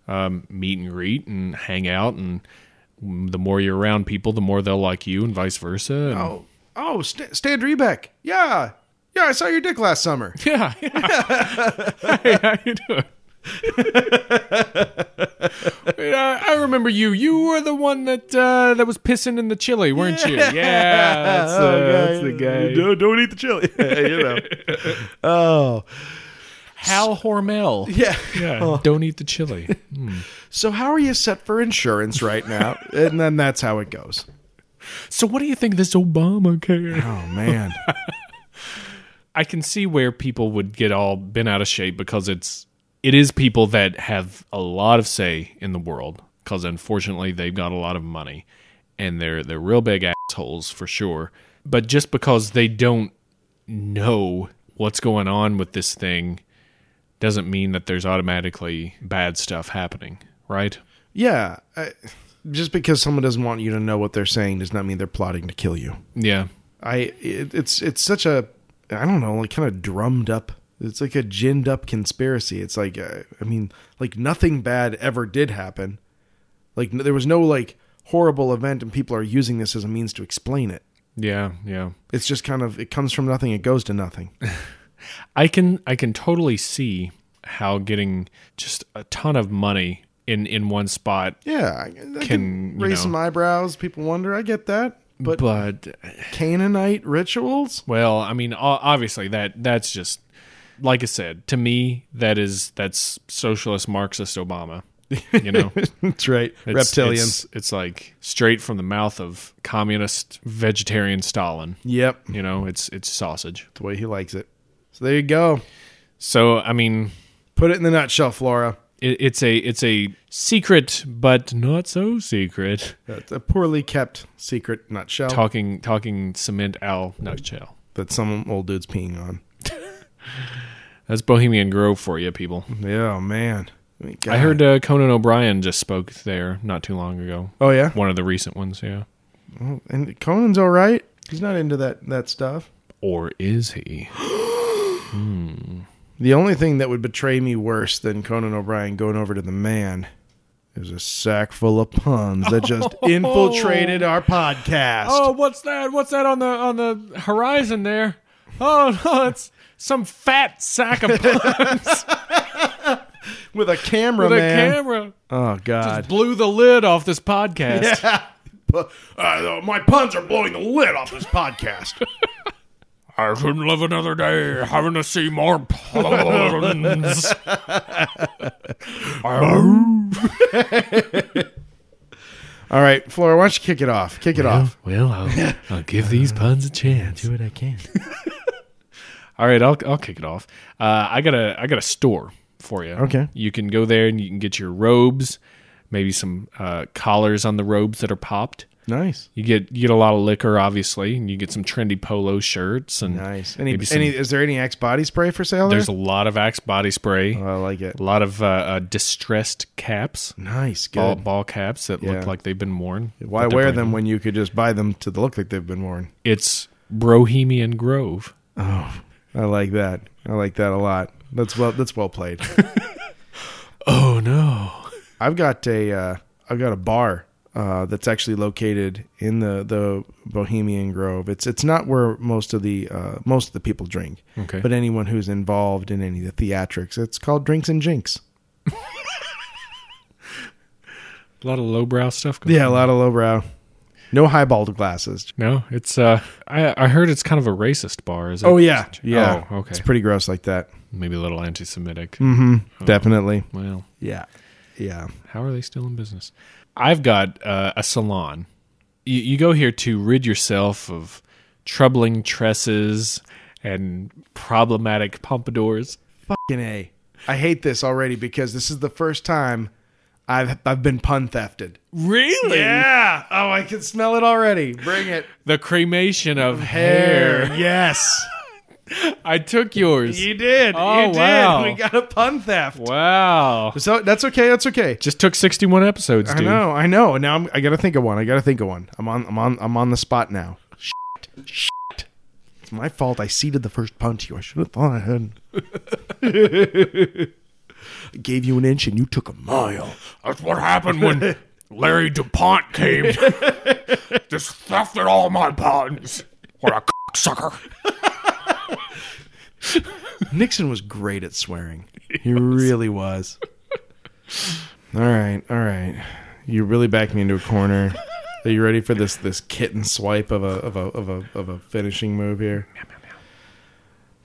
Speaker 4: um, meet and greet and hang out, and the more you're around people, the more they'll like you, and vice versa. And-
Speaker 2: Oh, oh, St- Stan Rebeck. Yeah. Yeah, I saw your dick last
Speaker 4: <laughs>
Speaker 2: summer.
Speaker 4: <laughs> Yeah. yeah. hey, how you doing? <laughs> Wait, I, I remember you. You were the one that uh, that was pissing in the chili, weren't you? Yeah, that's, uh, that's the guy.
Speaker 2: Oh, don't eat
Speaker 4: <laughs>
Speaker 2: the chili. you know. Oh.
Speaker 4: Hal Hormel.
Speaker 2: <laughs> Yeah.
Speaker 4: Don't eat the chili.
Speaker 2: So how are you set for insurance right now? and then that's how it goes.
Speaker 4: so, what do you think of this Obamacare?
Speaker 2: Oh
Speaker 4: <laughs>
Speaker 2: man.
Speaker 4: I can see where people would get all bent out of shape because it's it is people that have a lot of say in the world because unfortunately they've got a lot of money and they're they're real big assholes for sure. but just because they don't know what's going on with this thing doesn't mean that there's automatically bad stuff happening, right?
Speaker 2: Yeah. I, just because someone doesn't want you to know what they're saying does not mean they're plotting to kill you.
Speaker 4: Yeah.
Speaker 2: I it, it's it's such a I don't know like kind of drummed up. It's like a ginned up conspiracy. It's like uh, I mean like nothing bad ever did happen. Like n- there was no like horrible event and people are using this as a means to explain it.
Speaker 4: Yeah, yeah.
Speaker 2: It's just kind of it comes from nothing, it goes to <laughs> nothing.
Speaker 4: I can I can totally see how getting just a ton of money in in one spot
Speaker 2: Yeah, I, I can,
Speaker 4: Can, you
Speaker 2: raise
Speaker 4: know-
Speaker 2: some eyebrows. People wonder. I get that, but,
Speaker 4: but
Speaker 2: Canaanite rituals.
Speaker 4: well, I mean o- obviously that that's just like I said, to me that is that's socialist Marxist Obama, you
Speaker 2: <laughs>
Speaker 4: know.
Speaker 2: <laughs> That's right,
Speaker 4: It's-
Speaker 2: reptilians.
Speaker 4: It's, it's like straight from the mouth of communist vegetarian Stalin.
Speaker 2: Yep,
Speaker 4: You know, it's it's sausage.
Speaker 2: the way he likes it. So there you go.
Speaker 4: So I mean,
Speaker 2: Put it in the nutshell, Flora.
Speaker 4: it, it's a it's a secret, but not so secret.
Speaker 2: That's a poorly kept secret nutshell
Speaker 4: Talking talking cement owl nutshell.
Speaker 2: that some old dude's peeing on.
Speaker 4: That's Bohemian Grove for you, people.
Speaker 2: Yeah, man. I, mean,
Speaker 4: I
Speaker 2: God.
Speaker 4: heard uh, Conan O'Brien just spoke there not too long ago.
Speaker 2: Oh yeah,
Speaker 4: One of the recent ones, yeah.
Speaker 2: and Conan's all right. He's not into that that stuff.
Speaker 4: Or is he?
Speaker 2: The only thing that would betray me worse than Conan O'Brien going over to the man is a sack full of puns that just infiltrated our podcast.
Speaker 4: Oh, what's that? What's that on the on the horizon there? Oh <laughs> no, it's some fat sack of
Speaker 2: with a camera,
Speaker 4: the
Speaker 2: man.
Speaker 4: camera
Speaker 2: oh God!
Speaker 4: blew the lid off this podcast.
Speaker 2: <laughs> Bu- uh, my puns are blowing the lid off this podcast.
Speaker 4: I couldn't live another day having to see more
Speaker 2: <laughs>
Speaker 4: puns.
Speaker 2: all right, Flora, why don't you kick it off? Kick it off.
Speaker 3: Well, I'll, I'll give
Speaker 4: Uh,
Speaker 3: these puns a chance. Do what I can.
Speaker 4: <laughs> All right, I'll I'll kick it off. Uh, I got a I got a store for you.
Speaker 2: Okay.
Speaker 4: you can go there and you can get your robes, maybe some uh, collars on the robes that are popped.
Speaker 2: Nice,
Speaker 4: You get you get a lot of liquor, obviously, and you get some trendy polo shirts and
Speaker 2: nice. Any,
Speaker 4: maybe some-
Speaker 2: any? Is there any Axe body spray for sale? There?
Speaker 4: There's a lot of Axe body spray,
Speaker 2: Oh, I like it.
Speaker 4: a lot of uh, uh, distressed caps.
Speaker 2: Nice,
Speaker 4: ball,
Speaker 2: good.
Speaker 4: ball caps that
Speaker 2: Yeah.
Speaker 4: look like they've been worn.
Speaker 2: Why
Speaker 4: But they're
Speaker 2: wear
Speaker 4: brand
Speaker 2: them
Speaker 4: new.
Speaker 2: when you could just buy them to look like they've been worn?
Speaker 4: It's Bohemian Grove.
Speaker 2: I like that. I like that a lot. That's well. That's well
Speaker 4: <laughs>
Speaker 2: played.
Speaker 3: Oh no!
Speaker 2: I've got a uh, I've got a bar uh, that's actually located in the the Bohemian Grove. It's it's not where most of the uh, most of the people drink,
Speaker 4: Okay.
Speaker 2: but anyone who's involved in any of the theatrics, it's called Drinks and Jinx.
Speaker 4: A lot of lowbrow stuff. Going
Speaker 2: Yeah, a lot of lowbrow, no highballed glasses.
Speaker 4: No, it's. uh I I heard it's kind of a racist bar. Is it?
Speaker 2: Oh yeah, yeah.
Speaker 4: Oh, okay.
Speaker 2: It's Mm-hmm. pretty gross like that.
Speaker 4: Maybe a little anti-Semitic.
Speaker 2: Definitely.
Speaker 4: Well,
Speaker 2: Oh. Yeah, yeah.
Speaker 4: how are they still in business? I've got uh, a salon. You, you go here to rid yourself of troubling tresses and problematic pompadours.
Speaker 2: Fucking a. I hate this already because this is the first time I've I've been pun thefted.
Speaker 4: Really?
Speaker 2: Yeah. Oh, I can smell it already. Bring it.
Speaker 4: The cremation of hair. <laughs>
Speaker 2: Hair. Yes.
Speaker 4: I took yours.
Speaker 2: You did.
Speaker 4: Oh,
Speaker 2: you
Speaker 4: wow.
Speaker 2: did. We got a pun theft.
Speaker 4: Wow.
Speaker 2: So that's okay. That's okay.
Speaker 4: Just took 61 episodes,
Speaker 2: I
Speaker 4: dude.
Speaker 2: know. I know. Now I'm, I got to think of one. I got to think of one. I'm on. I'm on. I'm on the spot now. Shit. Shit. It's my fault. I ceded the first pun to you. I should have thought ahead. I <laughs> gave you an inch and you took a mile.
Speaker 1: That's what happened when Larry DuPont
Speaker 2: <laughs>
Speaker 1: came. Just thefted all my puns. What a sucker.
Speaker 2: Nixon was great at swearing. He really was. All right, all right. You really backed me into a corner. Are you ready for this this kitten swipe of a of a of a of a finishing move here?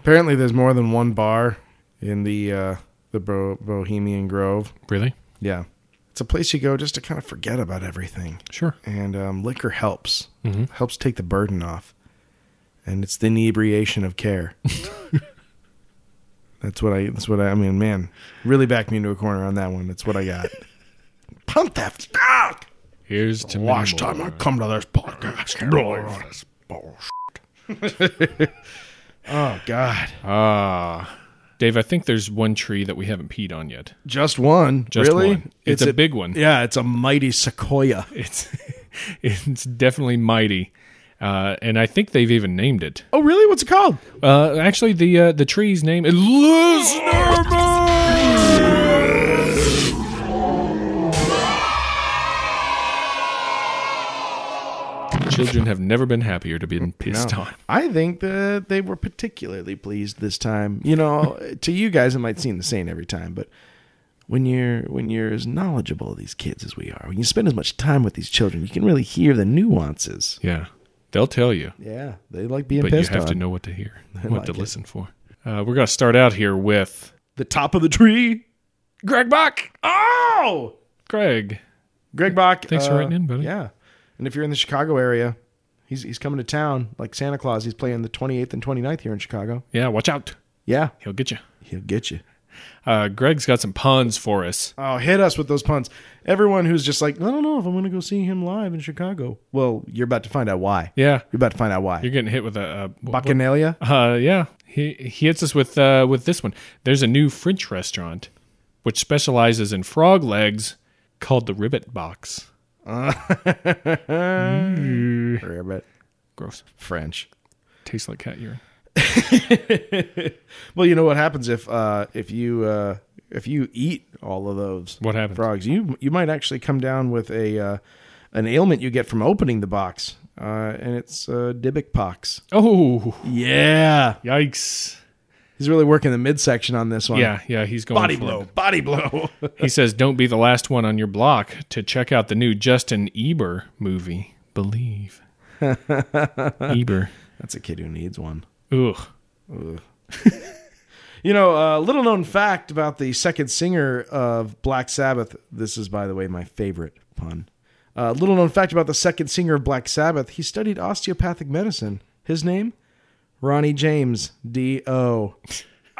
Speaker 2: Apparently, there's more than one bar in the uh, the Bo- Bohemian Grove.
Speaker 4: Really?
Speaker 2: Yeah, it's a place you go just to kind of forget about everything
Speaker 4: Sure.
Speaker 2: and um, liquor helps helps take the burden off and it's the inebriation of <laughs> care that's what i that's what I, I mean man really backed me into a corner on that one that's what i <laughs> got pun theft ah!
Speaker 4: Here's to
Speaker 1: Last
Speaker 4: minimal.
Speaker 1: time I come to this podcast. Believe this bullshit.
Speaker 2: <laughs> Oh God,
Speaker 4: Ah. Dave, I think there's one tree that we haven't peed on yet.
Speaker 2: just one.
Speaker 4: Just
Speaker 2: really?
Speaker 4: one. It's a big one.
Speaker 2: Yeah, it's a mighty sequoia.
Speaker 4: It's <laughs> it's definitely mighty. Uh, and I think they've even named it.
Speaker 2: Oh, really? What's it called?
Speaker 4: Uh, actually, the uh, the tree's name is Listener Mail. Children have never been happier to be pissed on.
Speaker 2: I think that they were particularly pleased this time. You <laughs> know, to you guys, it might seem the same every time, but when you're when you're as knowledgeable of these kids as we are, when you spend as much time with these children, you can really hear the nuances.
Speaker 4: Yeah, they'll tell you,
Speaker 2: Yeah, they like being
Speaker 4: but you
Speaker 2: pissed
Speaker 4: have
Speaker 2: on.
Speaker 4: to know what to
Speaker 2: <laughs>
Speaker 4: hear, what
Speaker 2: like
Speaker 4: to
Speaker 2: it.
Speaker 4: listen for. Uh, we're gonna start out here with
Speaker 2: The top of the tree.
Speaker 4: Greg Bach.
Speaker 2: Oh,
Speaker 4: Greg,
Speaker 2: Greg Bach.
Speaker 4: Thanks for writing in, buddy.
Speaker 2: Yeah, and if you're in the Chicago area, he's he's coming to town like Santa Claus. He's playing the 28th and 29th here in Chicago.
Speaker 4: yeah, watch out,
Speaker 2: Yeah,
Speaker 4: he'll get you.
Speaker 2: he'll get you.
Speaker 4: Uh, Greg's got some puns for us.
Speaker 2: Oh, hit us with those puns. Everyone who's just like, I don't know if I'm going to go see him live in Chicago. Well, you're about to find out why.
Speaker 4: Yeah,
Speaker 2: You're about to find out why.
Speaker 4: you're getting hit with a, a
Speaker 2: Bacchanalia?
Speaker 4: Uh, yeah, he he hits us with uh, with this one. There's a new French restaurant which specializes in frog legs called the Ribbit Box.
Speaker 2: Ribbit.
Speaker 4: Gross.
Speaker 2: French.
Speaker 4: Tastes like cat urine.
Speaker 2: Well, you know what happens if uh, if you uh, if you eat all of those
Speaker 4: What happens?
Speaker 2: frogs? You you might actually come down with a uh, an ailment you get from opening the box, uh, and it's uh, Dybbuk pox.
Speaker 4: Oh,
Speaker 2: Yeah,
Speaker 4: yikes!
Speaker 2: he's really working the midsection on this one.
Speaker 4: Yeah, yeah, he's going
Speaker 2: body
Speaker 4: for
Speaker 2: blow,
Speaker 4: it.
Speaker 2: body blow.
Speaker 4: He says, "Don't be the last one on your block to check out the new Justin Eber movie.
Speaker 2: <laughs>
Speaker 4: Believe." Eber.
Speaker 2: That's a kid who needs one.
Speaker 4: Ugh.
Speaker 2: You know, uh, little known fact about the second singer of Black Sabbath. This is, by the way, my favorite pun. Uh, little known fact about the second singer of Black Sabbath. He studied osteopathic medicine. His name? Ronnie James, D.O. <laughs>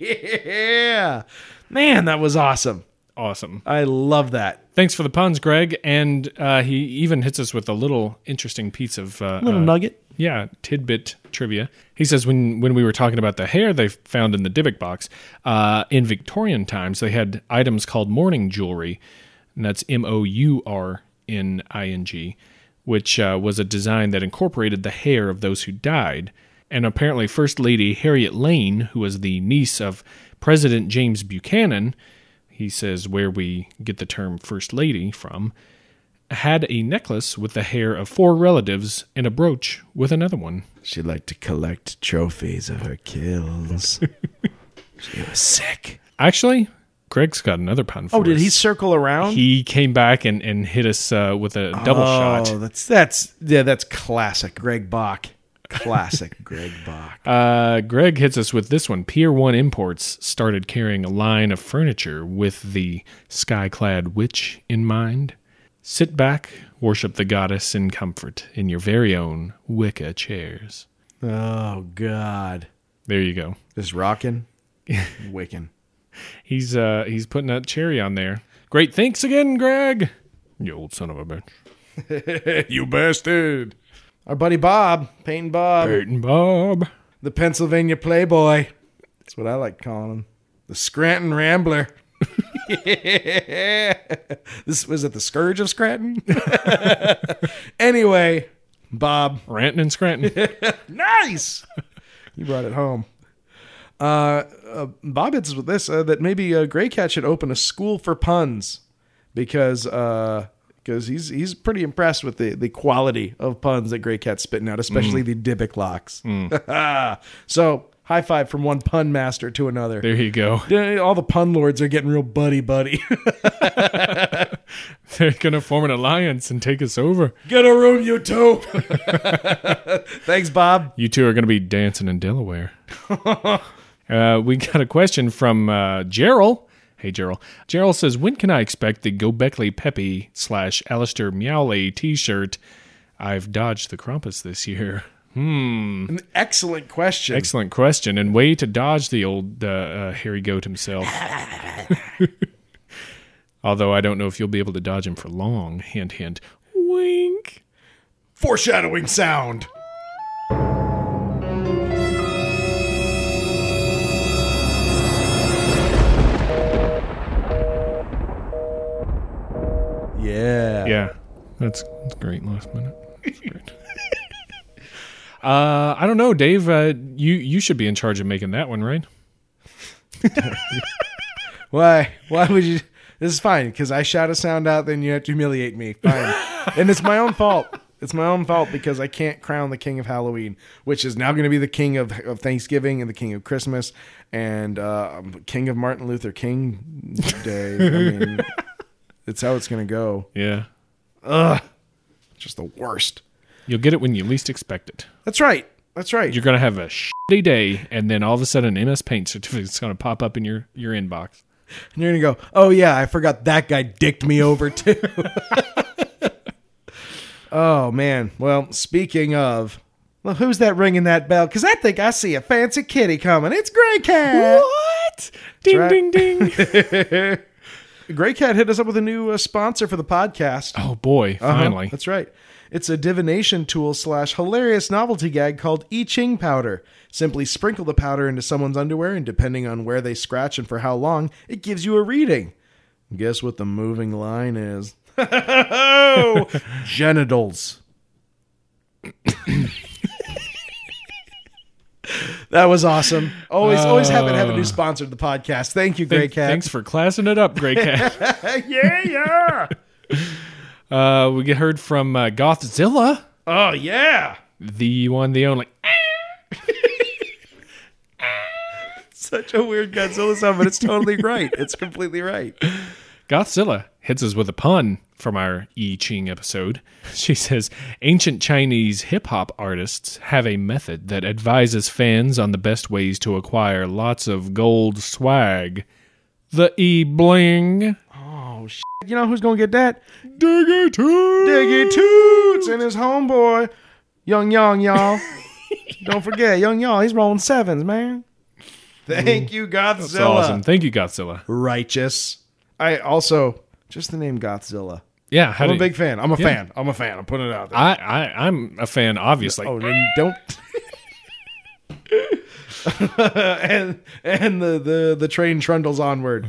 Speaker 2: yeah. Man, that was awesome.
Speaker 4: Awesome.
Speaker 2: I love that.
Speaker 4: Thanks for the puns, Greg. And uh, he even hits us with a little interesting piece of uh,
Speaker 2: Little
Speaker 4: uh,
Speaker 2: nugget.
Speaker 4: yeah, tidbit trivia. He says when when we were talking about the hair they found in the Dybbuk box, uh, in Victorian times they had items called mourning jewelry, and that's M O U R N I N G, which uh, was a design that incorporated the hair of those who died. And apparently, First Lady Harriet Lane, who was the niece of President James Buchanan, he says where we get the term First Lady from had a necklace with the hair of four relatives and a brooch with another one.
Speaker 2: She liked to collect trophies of her <laughs> kills. she was sick.
Speaker 4: Actually, Greg's got another pun for
Speaker 2: Oh, did
Speaker 4: us.
Speaker 2: he circle around?
Speaker 4: He came back and, and hit us uh, with a double shot.
Speaker 2: Oh, that's that's yeah, that's classic Greg Bach. <laughs> Classic Greg Bach.
Speaker 4: Uh, Greg hits us with this one. Pier 1 Imports started carrying a line of furniture with the sky clad witch in mind. Sit back, worship the goddess in comfort in your very own Wicca chairs.
Speaker 2: Oh God,
Speaker 4: There you go.
Speaker 2: just <laughs> rocking, wicking.
Speaker 4: He's uh he's putting that cherry on there. Great, thanks again, Greg. You old son of a bitch.
Speaker 2: you bastard! Our buddy Bob, Peyton Bob,
Speaker 4: Peyton Bob.
Speaker 2: the Pennsylvania Playboy. That's what I like calling him. The Scranton <laughs> Rambler. This was it. The scourge of Scranton. <laughs> anyway, Bob.
Speaker 4: Ranting and <laughs> scranting.
Speaker 2: Nice. <laughs> you brought it home. Uh, uh, Bob hits us with this uh, that maybe uh, Gray Cat should open a school for puns because because he's he's pretty impressed with the, the quality of puns that Gray Cat's spitting out, especially the Dybbuk locks. <laughs> so high five from one pun master to another.
Speaker 4: there you go. <laughs>
Speaker 2: Yeah, All the pun lords are getting real buddy buddy. <laughs>
Speaker 4: They're gonna form an alliance and take us over.
Speaker 2: Get a room, you two. <laughs> Thanks, Bob.
Speaker 4: You two are gonna be dancing in <laughs> Delaware. uh, we got a question from uh, Gerald. Hey, Gerald. Gerald says, when can I expect the Gobekli Pepe slash Alistair Meowley T-shirt? I've dodged the Krampus this year.
Speaker 2: An excellent question.
Speaker 4: Excellent question, and way to dodge the old uh, uh, hairy goat himself. Although I don't know if you'll be able to dodge him for long. Hint, hint. Wink.
Speaker 2: Foreshadowing sound.
Speaker 4: That's, that's great. Last minute. That's great. uh, I don't know, Dave. Uh, you you should be in charge of making that one, right?
Speaker 2: Why? Why would you? This is fine because I shout a sound out, then you have to humiliate me. Fine, and it's my own fault. It's my own fault because I can't crown the king of Halloween, which is now going to be the king of, of Thanksgiving and the king of Christmas and uh, king of Martin Luther King Day. I mean, it's how it's going to go.
Speaker 4: Yeah.
Speaker 2: Just the worst.
Speaker 4: You'll get it when you least expect it.
Speaker 2: That's right. That's right.
Speaker 4: You're gonna have a shitty day, and then all of a sudden, an MS Paint certificate's gonna pop up in your your inbox.
Speaker 2: And you're gonna go, oh yeah, I forgot that guy dicked me over too. <laughs> oh man. Well, speaking of, well, who's that ringing that bell? Because I think I see a fancy kitty coming. It's Gray Cat.
Speaker 4: What? Ding
Speaker 2: right.
Speaker 4: ding ding!
Speaker 2: Gray Cat hit us up with a new uh, sponsor for the podcast.
Speaker 4: oh boy!
Speaker 2: Uh-huh,
Speaker 4: Finally.
Speaker 2: that's right. It's a divination tool slash hilarious novelty gag called I Ching powder. Simply sprinkle the powder into someone's underwear, and depending on where they scratch and for how long, it gives you a reading. Guess what the moving line is? Genitals. that was awesome. Always, always happy to have a new sponsor to the podcast. Oh. Thank you, Gray
Speaker 4: Thank-
Speaker 2: Cat.
Speaker 4: Thanks for classing it up, Gray
Speaker 2: <laughs>
Speaker 4: Cat.
Speaker 2: yeah, yeah.
Speaker 4: uh, we get heard from uh, Gothzilla,
Speaker 2: oh yeah.
Speaker 4: the one, the only.
Speaker 2: Such a weird Godzilla sound, but it's totally right. It's completely right.
Speaker 4: Gothzilla hits us with a pun from our I Ching episode. <laughs> She says Ancient Chinese hip hop artists have a method that advises fans on the best ways to acquire lots of gold swag. The e bling.
Speaker 2: You know who's gonna get that?
Speaker 4: Diggy too.
Speaker 2: Diggy Toots and his homeboy, Young Young, <laughs> y'all. Don't forget, Young Y'all, he's rolling sevens, man. Thank you, Godzilla.
Speaker 4: That's awesome. Thank you, Godzilla.
Speaker 2: Righteous. I also just the name Godzilla.
Speaker 4: Yeah, how
Speaker 2: I'm
Speaker 4: do
Speaker 2: a
Speaker 4: you-
Speaker 2: big fan. I'm a fan. I'm a fan. I'm putting it out there.
Speaker 4: I, I I'm a fan, obviously.
Speaker 2: oh, then don't. <laughs> and and the, the the train
Speaker 4: <laughs>
Speaker 2: trundles onward.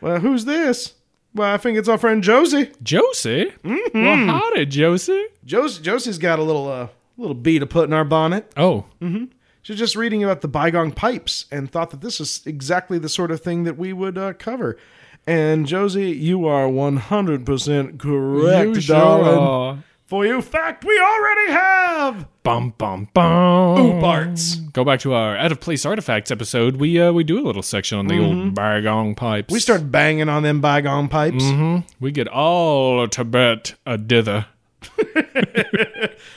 Speaker 2: well, who's this? Well, I think it's our friend Josie.
Speaker 4: Josie?
Speaker 2: Mm-hmm.
Speaker 4: Well, howdy, Josie.
Speaker 2: Josie Josie's got a little uh little bee to put in our bonnet.
Speaker 4: Oh,
Speaker 2: She was just reading about the bygone pipes and thought that this is exactly the sort of thing that we would uh, cover. And Josie, you are 100% correct,
Speaker 4: you
Speaker 2: darling.
Speaker 4: are.
Speaker 2: For you fact, we already have Mm.
Speaker 4: Bum bum bum.
Speaker 2: Barts.
Speaker 4: Go back to our out of place artifacts episode. We uh, we do a little section on the old bargong pipes.
Speaker 2: Mm-hmm. We start banging on them bygone pipes.
Speaker 4: We get all of Tibet a dither.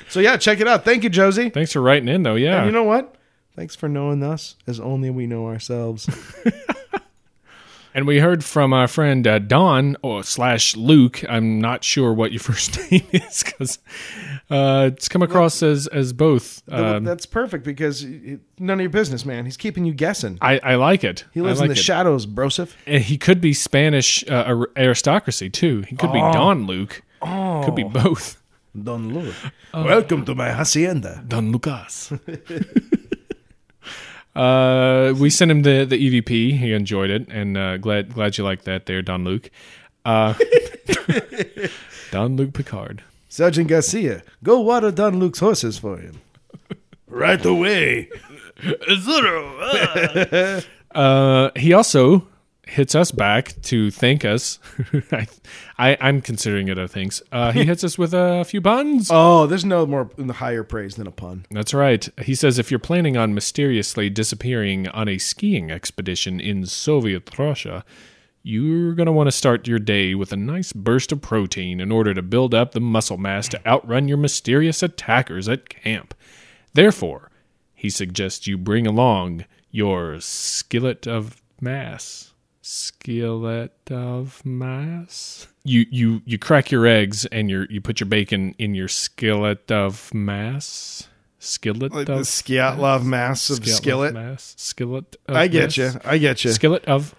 Speaker 2: So yeah, check it out. Thank you, Josie.
Speaker 4: Thanks for writing in though. Yeah.
Speaker 2: And you know what? Thanks for knowing us as only we know ourselves.
Speaker 4: And we heard from our friend uh, Don or slash Luke. I'm not sure what your <laughs> first name is because uh, it's come across as as both. <laughs> Um,
Speaker 2: That's perfect because it- none of your business, man. He's keeping you guessing.
Speaker 4: I, I like it.
Speaker 2: He lives
Speaker 4: I like
Speaker 2: in the
Speaker 4: it.
Speaker 2: shadows, brosif.
Speaker 4: And Eh, he could be Spanish uh, ar- aristocracy too. He could be Don Luke. Oh. Could be both.
Speaker 2: Don Luke. Oh. Welcome to my hacienda.
Speaker 4: <laughs> Don Lucas. <laughs> uh, we sent him the, the EVP. He enjoyed it, and uh, glad glad you liked that there, Don Luke. <laughs> Uh, Don Luke Picard.
Speaker 2: Sergeant Garcia, go water Don Luke's horses for him.
Speaker 1: Right away.
Speaker 4: Uh, he also hits us back to thank us. <laughs> I, I I'm considering it a thanks. Uh, he hits us with a few buns. <laughs>
Speaker 2: Oh, there's no more higher praise than a pun.
Speaker 4: That's right. He says if you're planning on mysteriously disappearing on a skiing expedition in Soviet Russia, you're going to want to start your day with a nice burst of protein in order to build up the muscle mass to outrun your mysterious attackers at camp. Therefore, he suggests you bring along your skillet of mass. Skillet of mass. You you you crack your eggs and your you put your bacon in your skillet of mass. Skillet
Speaker 2: Like
Speaker 4: of
Speaker 2: the Skyatlov mass of
Speaker 4: of
Speaker 2: skillet.
Speaker 4: mass. Skillet. Of
Speaker 2: I
Speaker 4: mass.
Speaker 2: get you. I get you.
Speaker 4: Skillet of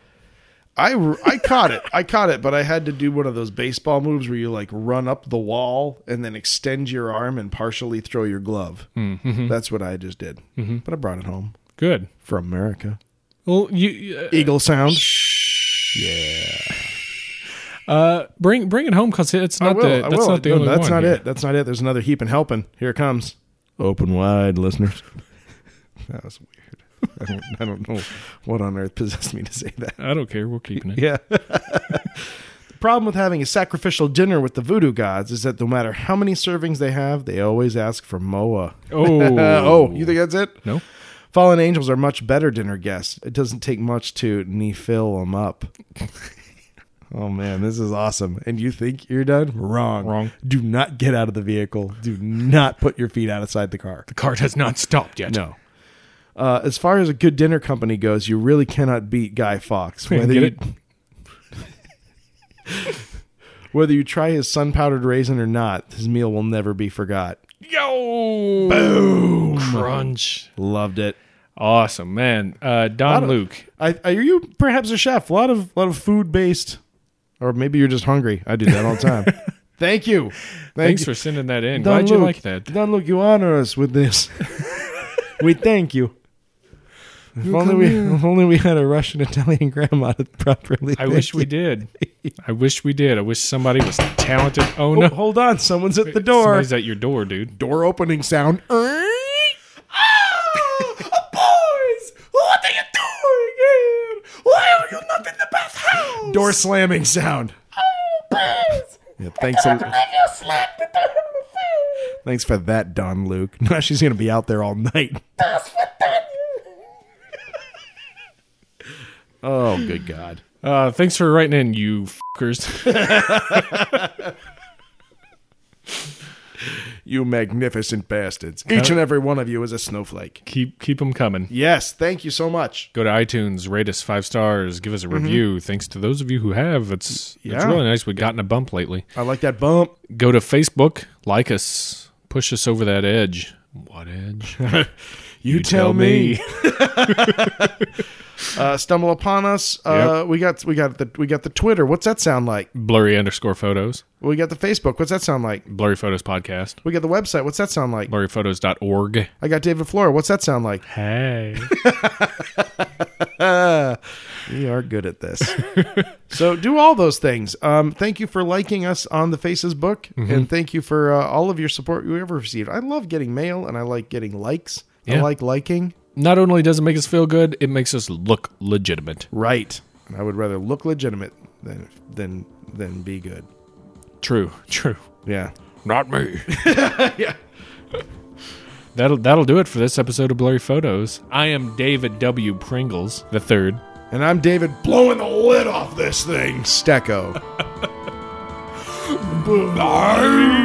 Speaker 2: I, I caught it. I caught it, but I had to do one of those baseball moves where you like run up the wall and then extend your arm and partially throw your glove.
Speaker 4: Mm-hmm.
Speaker 2: That's what I just did. But I brought it home
Speaker 4: good.
Speaker 2: for America.
Speaker 4: Well, you. Uh,
Speaker 2: Eagle sound.
Speaker 4: Uh, bring bring it home because it's
Speaker 2: I
Speaker 4: not
Speaker 2: will.
Speaker 4: the
Speaker 2: I
Speaker 4: that's
Speaker 2: will.
Speaker 4: not the
Speaker 2: No,
Speaker 4: only
Speaker 2: That's
Speaker 4: one.
Speaker 2: not
Speaker 4: here.
Speaker 2: it. That's not it. There's another heap and helping. Here it comes. Open wide, listeners. <laughs> that was weird. I don't, I don't know what on earth possessed me to say that.
Speaker 4: I don't care. We're keeping it.
Speaker 2: Yeah. the problem with having a sacrificial dinner with the voodoo gods is that no matter how many servings they have, they always ask for moa.
Speaker 4: Oh,
Speaker 2: <laughs> oh, you think that's it?
Speaker 4: no?
Speaker 2: Fallen angels are much better dinner guests. It doesn't take much to nefill them up. oh man, this is awesome. And you think you're done? Wrong.
Speaker 4: Wrong.
Speaker 2: Do not get out of the vehicle. Do not put your feet outside the car.
Speaker 4: The cart has not stopped yet.
Speaker 2: No. Uh, as far as a good dinner company goes, you really cannot beat Guy Fox.
Speaker 4: <laughs>
Speaker 2: Whether
Speaker 4: Get
Speaker 2: you,
Speaker 4: it?
Speaker 2: <laughs> whether you try his sun powdered raisin or not, his meal will never be forgot.
Speaker 4: Yo, boom, crunch.
Speaker 2: Loved it.
Speaker 4: Awesome, man. Uh, Don Luke.
Speaker 2: I, I, are you perhaps a chef? A lot of lot of food based, or maybe you're just hungry. I do that all
Speaker 4: <laughs>
Speaker 2: the time. Thank you. Thank
Speaker 4: Thanks
Speaker 2: you.
Speaker 4: for sending that in.
Speaker 2: Don
Speaker 4: Glad you
Speaker 2: Luke.
Speaker 4: like that.
Speaker 2: Don Luke, you honor us
Speaker 4: <laughs>
Speaker 2: with this. we thank you. If only we, if only we had a Russian Italian grandma to properly.
Speaker 4: I wish
Speaker 2: <laughs>
Speaker 4: we did. I wish we did. I wish somebody was talented. Oh
Speaker 2: Oh,
Speaker 4: no,
Speaker 2: hold on, someone's at the door.
Speaker 4: Somebody's at your door, dude.
Speaker 2: Door opening sound.
Speaker 3: Oh, boys, what are you doing here? Why are you not in the bathhouse? Oh,
Speaker 2: Door slamming sound.
Speaker 3: Please,
Speaker 2: Yeah, thanks. a-
Speaker 3: if you slapped the door in the face,
Speaker 2: thanks for that, Don Luke. <laughs> Now she's gonna be out there all night.
Speaker 3: that's for
Speaker 2: Oh, good God.
Speaker 4: Uh, thanks for writing in, you fuckers. <laughs>
Speaker 2: You magnificent bastards. Each and every one of you is a snowflake.
Speaker 4: keep keep them coming.
Speaker 2: Yes, thank you so much.
Speaker 4: Go to iTunes, rate us five stars, give us a review. Thanks to those of you who have. It's it's
Speaker 2: Mm-hmm. Yeah.
Speaker 4: really nice. We've gotten a bump lately.
Speaker 2: I like that bump.
Speaker 4: Go to Facebook, like us, push us over that edge. What
Speaker 2: <laughs>
Speaker 4: edge?
Speaker 2: You, Uh, stumble upon us. Uh, We got we got the we got the Twitter. What's that sound like?
Speaker 4: Blurry underscore photos.
Speaker 2: We got the Facebook. What's that sound like?
Speaker 4: Blurry Photos Podcast.
Speaker 2: We got the website. What's that sound like?
Speaker 4: Blurryphotos.org.
Speaker 2: I got David Flora. What's that sound like?
Speaker 4: Hey.
Speaker 2: We are good at this. <laughs> so do all those things. Um, thank you for liking us on the Faces book, and thank you for uh, all of your support you ever received. I love getting mail, and I like getting likes. I
Speaker 4: Yeah.
Speaker 2: like liking.
Speaker 4: <laughs> Not only does it make us feel good, it makes us look legitimate.
Speaker 2: Right. And I would rather look legitimate than than than be good.
Speaker 4: True. True.
Speaker 2: Yeah.
Speaker 1: Not me.
Speaker 4: That'll that'll do it for this episode of Blurry Photos. I am David W. Pringles the third.
Speaker 2: And I'm David blowing the lid off this thing, Stecco.
Speaker 1: Bye.